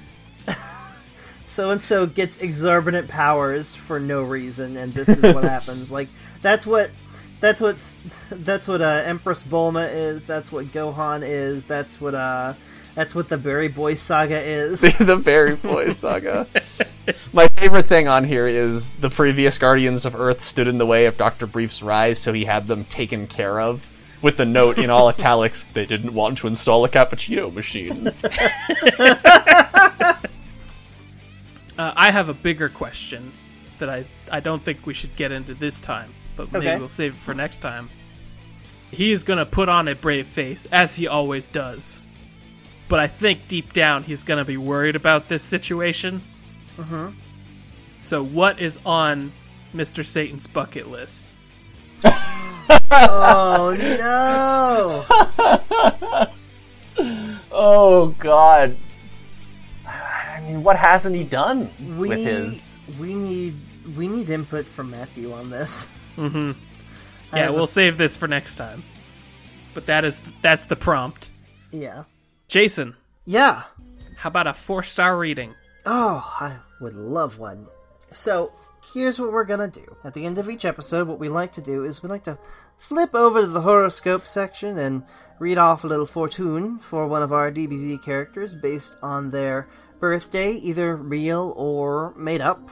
D: so and so gets exorbitant powers for no reason, and this is what happens. Like that's what that's what s- that's what uh, Empress Bulma is. That's what Gohan is. That's what uh that's what the Berry Boy saga is.
C: the Berry Boy saga. My favorite thing on here is the previous Guardians of Earth stood in the way of Dr. Brief's rise, so he had them taken care of. With the note in all italics, they didn't want to install a cappuccino machine.
B: Uh, I have a bigger question that I, I don't think we should get into this time, but maybe
D: Okay.
B: we'll save it for next time. He is going to put on a brave face, as he always does. But I think deep down he's going to be worried about this situation. Mm-hmm. So, what is on Mr. Satan's bucket list?
D: Oh no!
C: Oh God. I mean, what hasn't he done
D: We
C: with his?
D: we need we need input from Matthew on this. I
B: Yeah,
D: have
B: we'll
D: a-
B: save this for next time. But that is that's the prompt.
D: Yeah.
B: Jason,
D: Yeah.
B: how about a four star reading?
D: Oh, I would love one. So, here's what we're gonna do. At the end of each episode, what we like to do is we like to flip over to the horoscope section and read off a little fortune for one of our DBZ characters based on their birthday, either real or made up.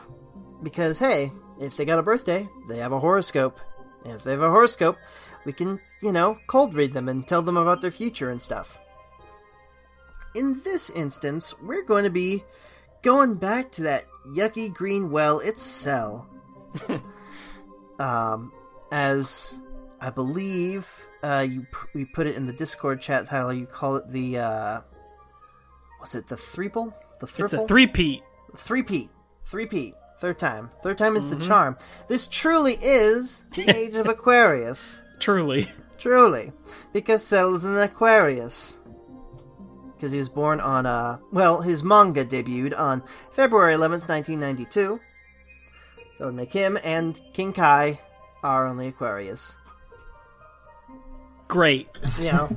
D: Because, hey, if they got a birthday, they have a horoscope. And if they have a horoscope, we can, you know, cold read them and tell them about their future and stuff. In this instance, we're going to be going back to that yucky green well its cell um as i believe uh you p- we put it in the discord chat tyler you call it the uh was it the threeple the threeple
B: It's a three peat.
D: three P, three P, third time. Third time is the charm. This truly is the age of Aquarius,
B: Truly.
D: truly, because Cell is an Aquarius. Because he was born on uh, well, his manga debuted on February eleventh, nineteen ninety-two. So it would make him and King Kai our only Aquarius.
B: Great.
D: You know,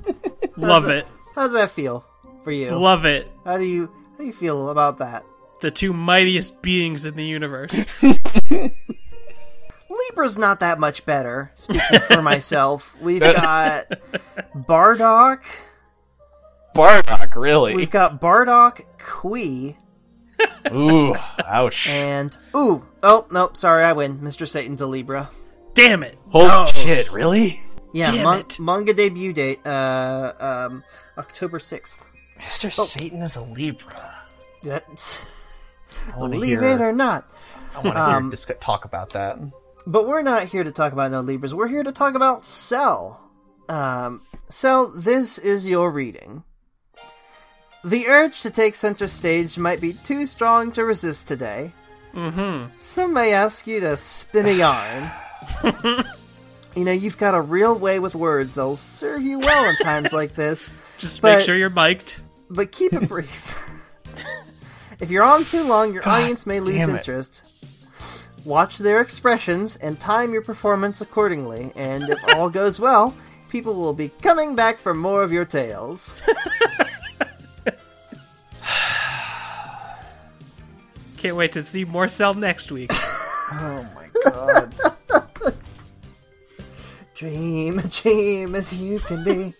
B: Love it.
D: how does that feel for you?
B: Love it.
D: How do you how do you feel about that?
B: The two mightiest beings in the universe.
D: Libra's not that much better. Speaking for myself, we've got Bardock.
C: Bardock, really?
D: We've got Bardock, Kui,
C: Ooh, ouch!
D: and ooh. Oh no, sorry, I win. Mr. Satan's a Libra.
B: Damn it.
C: Holy
D: Oh.
C: shit, really?
D: Yeah,
B: Damn
D: mon-
B: it.
D: manga debut date, uh, um, October sixth.
C: Mister
D: Oh.
C: Satan is a Libra.
D: That's
C: I wanna
D: believe
C: hear-
D: it or not.
C: I want to
D: um,
C: hear disc- talk about that.
D: But we're not here to talk about no Libras. We're here to talk about Cell. Um, Cell, this is your reading. The urge to take center stage might be too strong to resist today. Mm-hmm. Some may ask you to spin a yarn. you know, you've got a real way with words that'll serve you well in times like this,
B: Just
D: But-
B: make sure you're mic'd.
D: but keep it brief. if you're on too long, your audience may lose
C: damn it.
D: interest. Watch their expressions and time your performance accordingly, and if all goes well, people will be coming back for more of your tales.
B: Can't wait to see more cell next week.
D: Dream, dream as you can be.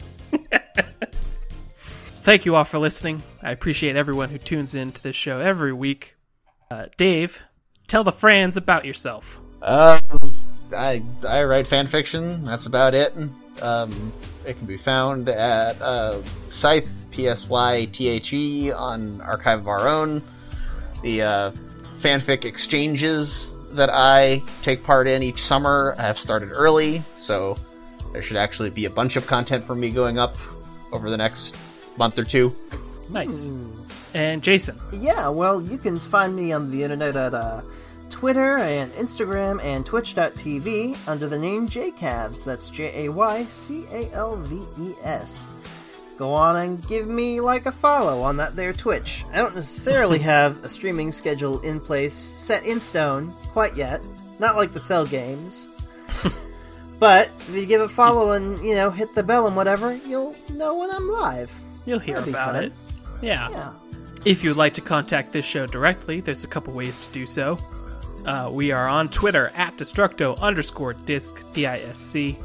B: Thank you all for listening. I appreciate everyone who tunes in to this show every week. Uh, Dave, tell the friends about yourself.
C: Um, I I write fan fiction. That's about it. Um, it can be found at uh, Scythe P S Y T H E on Archive of Our Own. The uh, fanfic exchanges that I take part in each summer have started early, so there should actually be a bunch of content for me going up over the next month or two.
B: Nice. And Jason,
D: Yeah, well, you can find me on the internet at uh, Twitter and Instagram and Twitch.tv under the name JCavs. That's J A Y C A L V E S. Go on and give me like a follow on that there Twitch. I don't necessarily have a streaming schedule in place, set in stone, quite yet. Not like the Cell games. but if you give a follow and, you know, hit the bell and whatever, you'll know when I'm live.
B: you'll hear
D: That'd be
B: about
D: fun.
B: it. Yeah.
D: Yeah.
B: If you'd like to contact this show directly, there's a couple ways to do so. Uh, we are on Twitter at Destructo underscore disc D-I-S-C.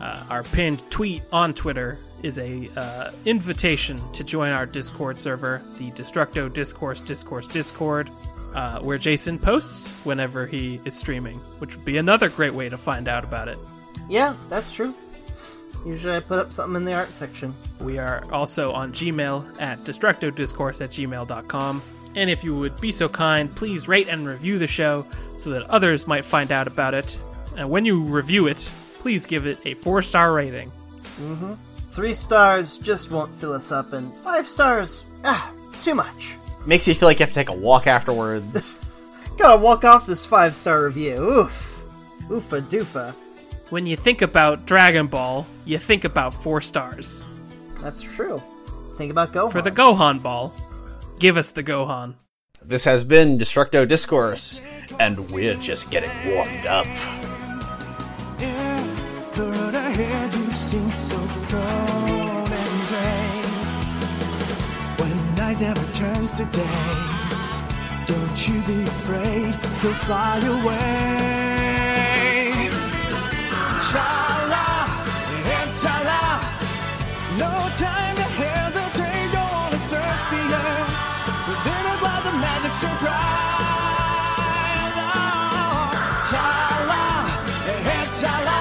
B: Uh, our pinned tweet on Twitter is a uh, invitation to join our Discord server, the Destructo Discourse Discourse Discord, uh, where Jason posts whenever he is streaming, which would be another great way to find out about it.
D: Yeah, that's true. Usually I put up something in the art section.
B: We are also on Gmail at destructodiscourse at gmail.com. And if you would be so kind, please rate and review the show so that others might find out about it. And when you review it, please give it a four star rating.
D: Three stars just won't fill us up, and five stars, ah, too much.
C: Makes you feel like you have to take a walk afterwards.
D: Gotta walk off this five star review. Oof. Oofa doofa.
B: when you think about Dragon Ball, you think about four stars.
D: That's true. Think about Gohan.
B: For the Gohan Ball, give us the Gohan.
C: This has been Destructo Discourse, and we're just getting warmed up.
A: If the road ahead you seem so cold and gray, when night never turns to day, don't you be afraid, go fly away. Chala, and chala, no time to hesitate, go on and search the earth. Within it lies a magic surprise. Oh, chala, and chala.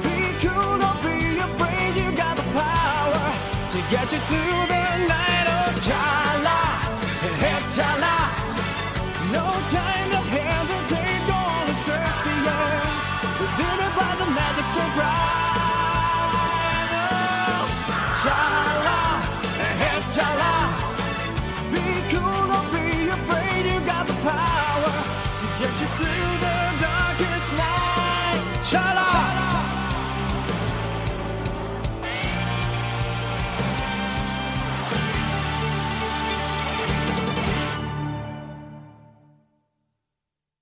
A: Be cool, don't be afraid, you got the power to get you through the night. Oh, chala, hey, chala.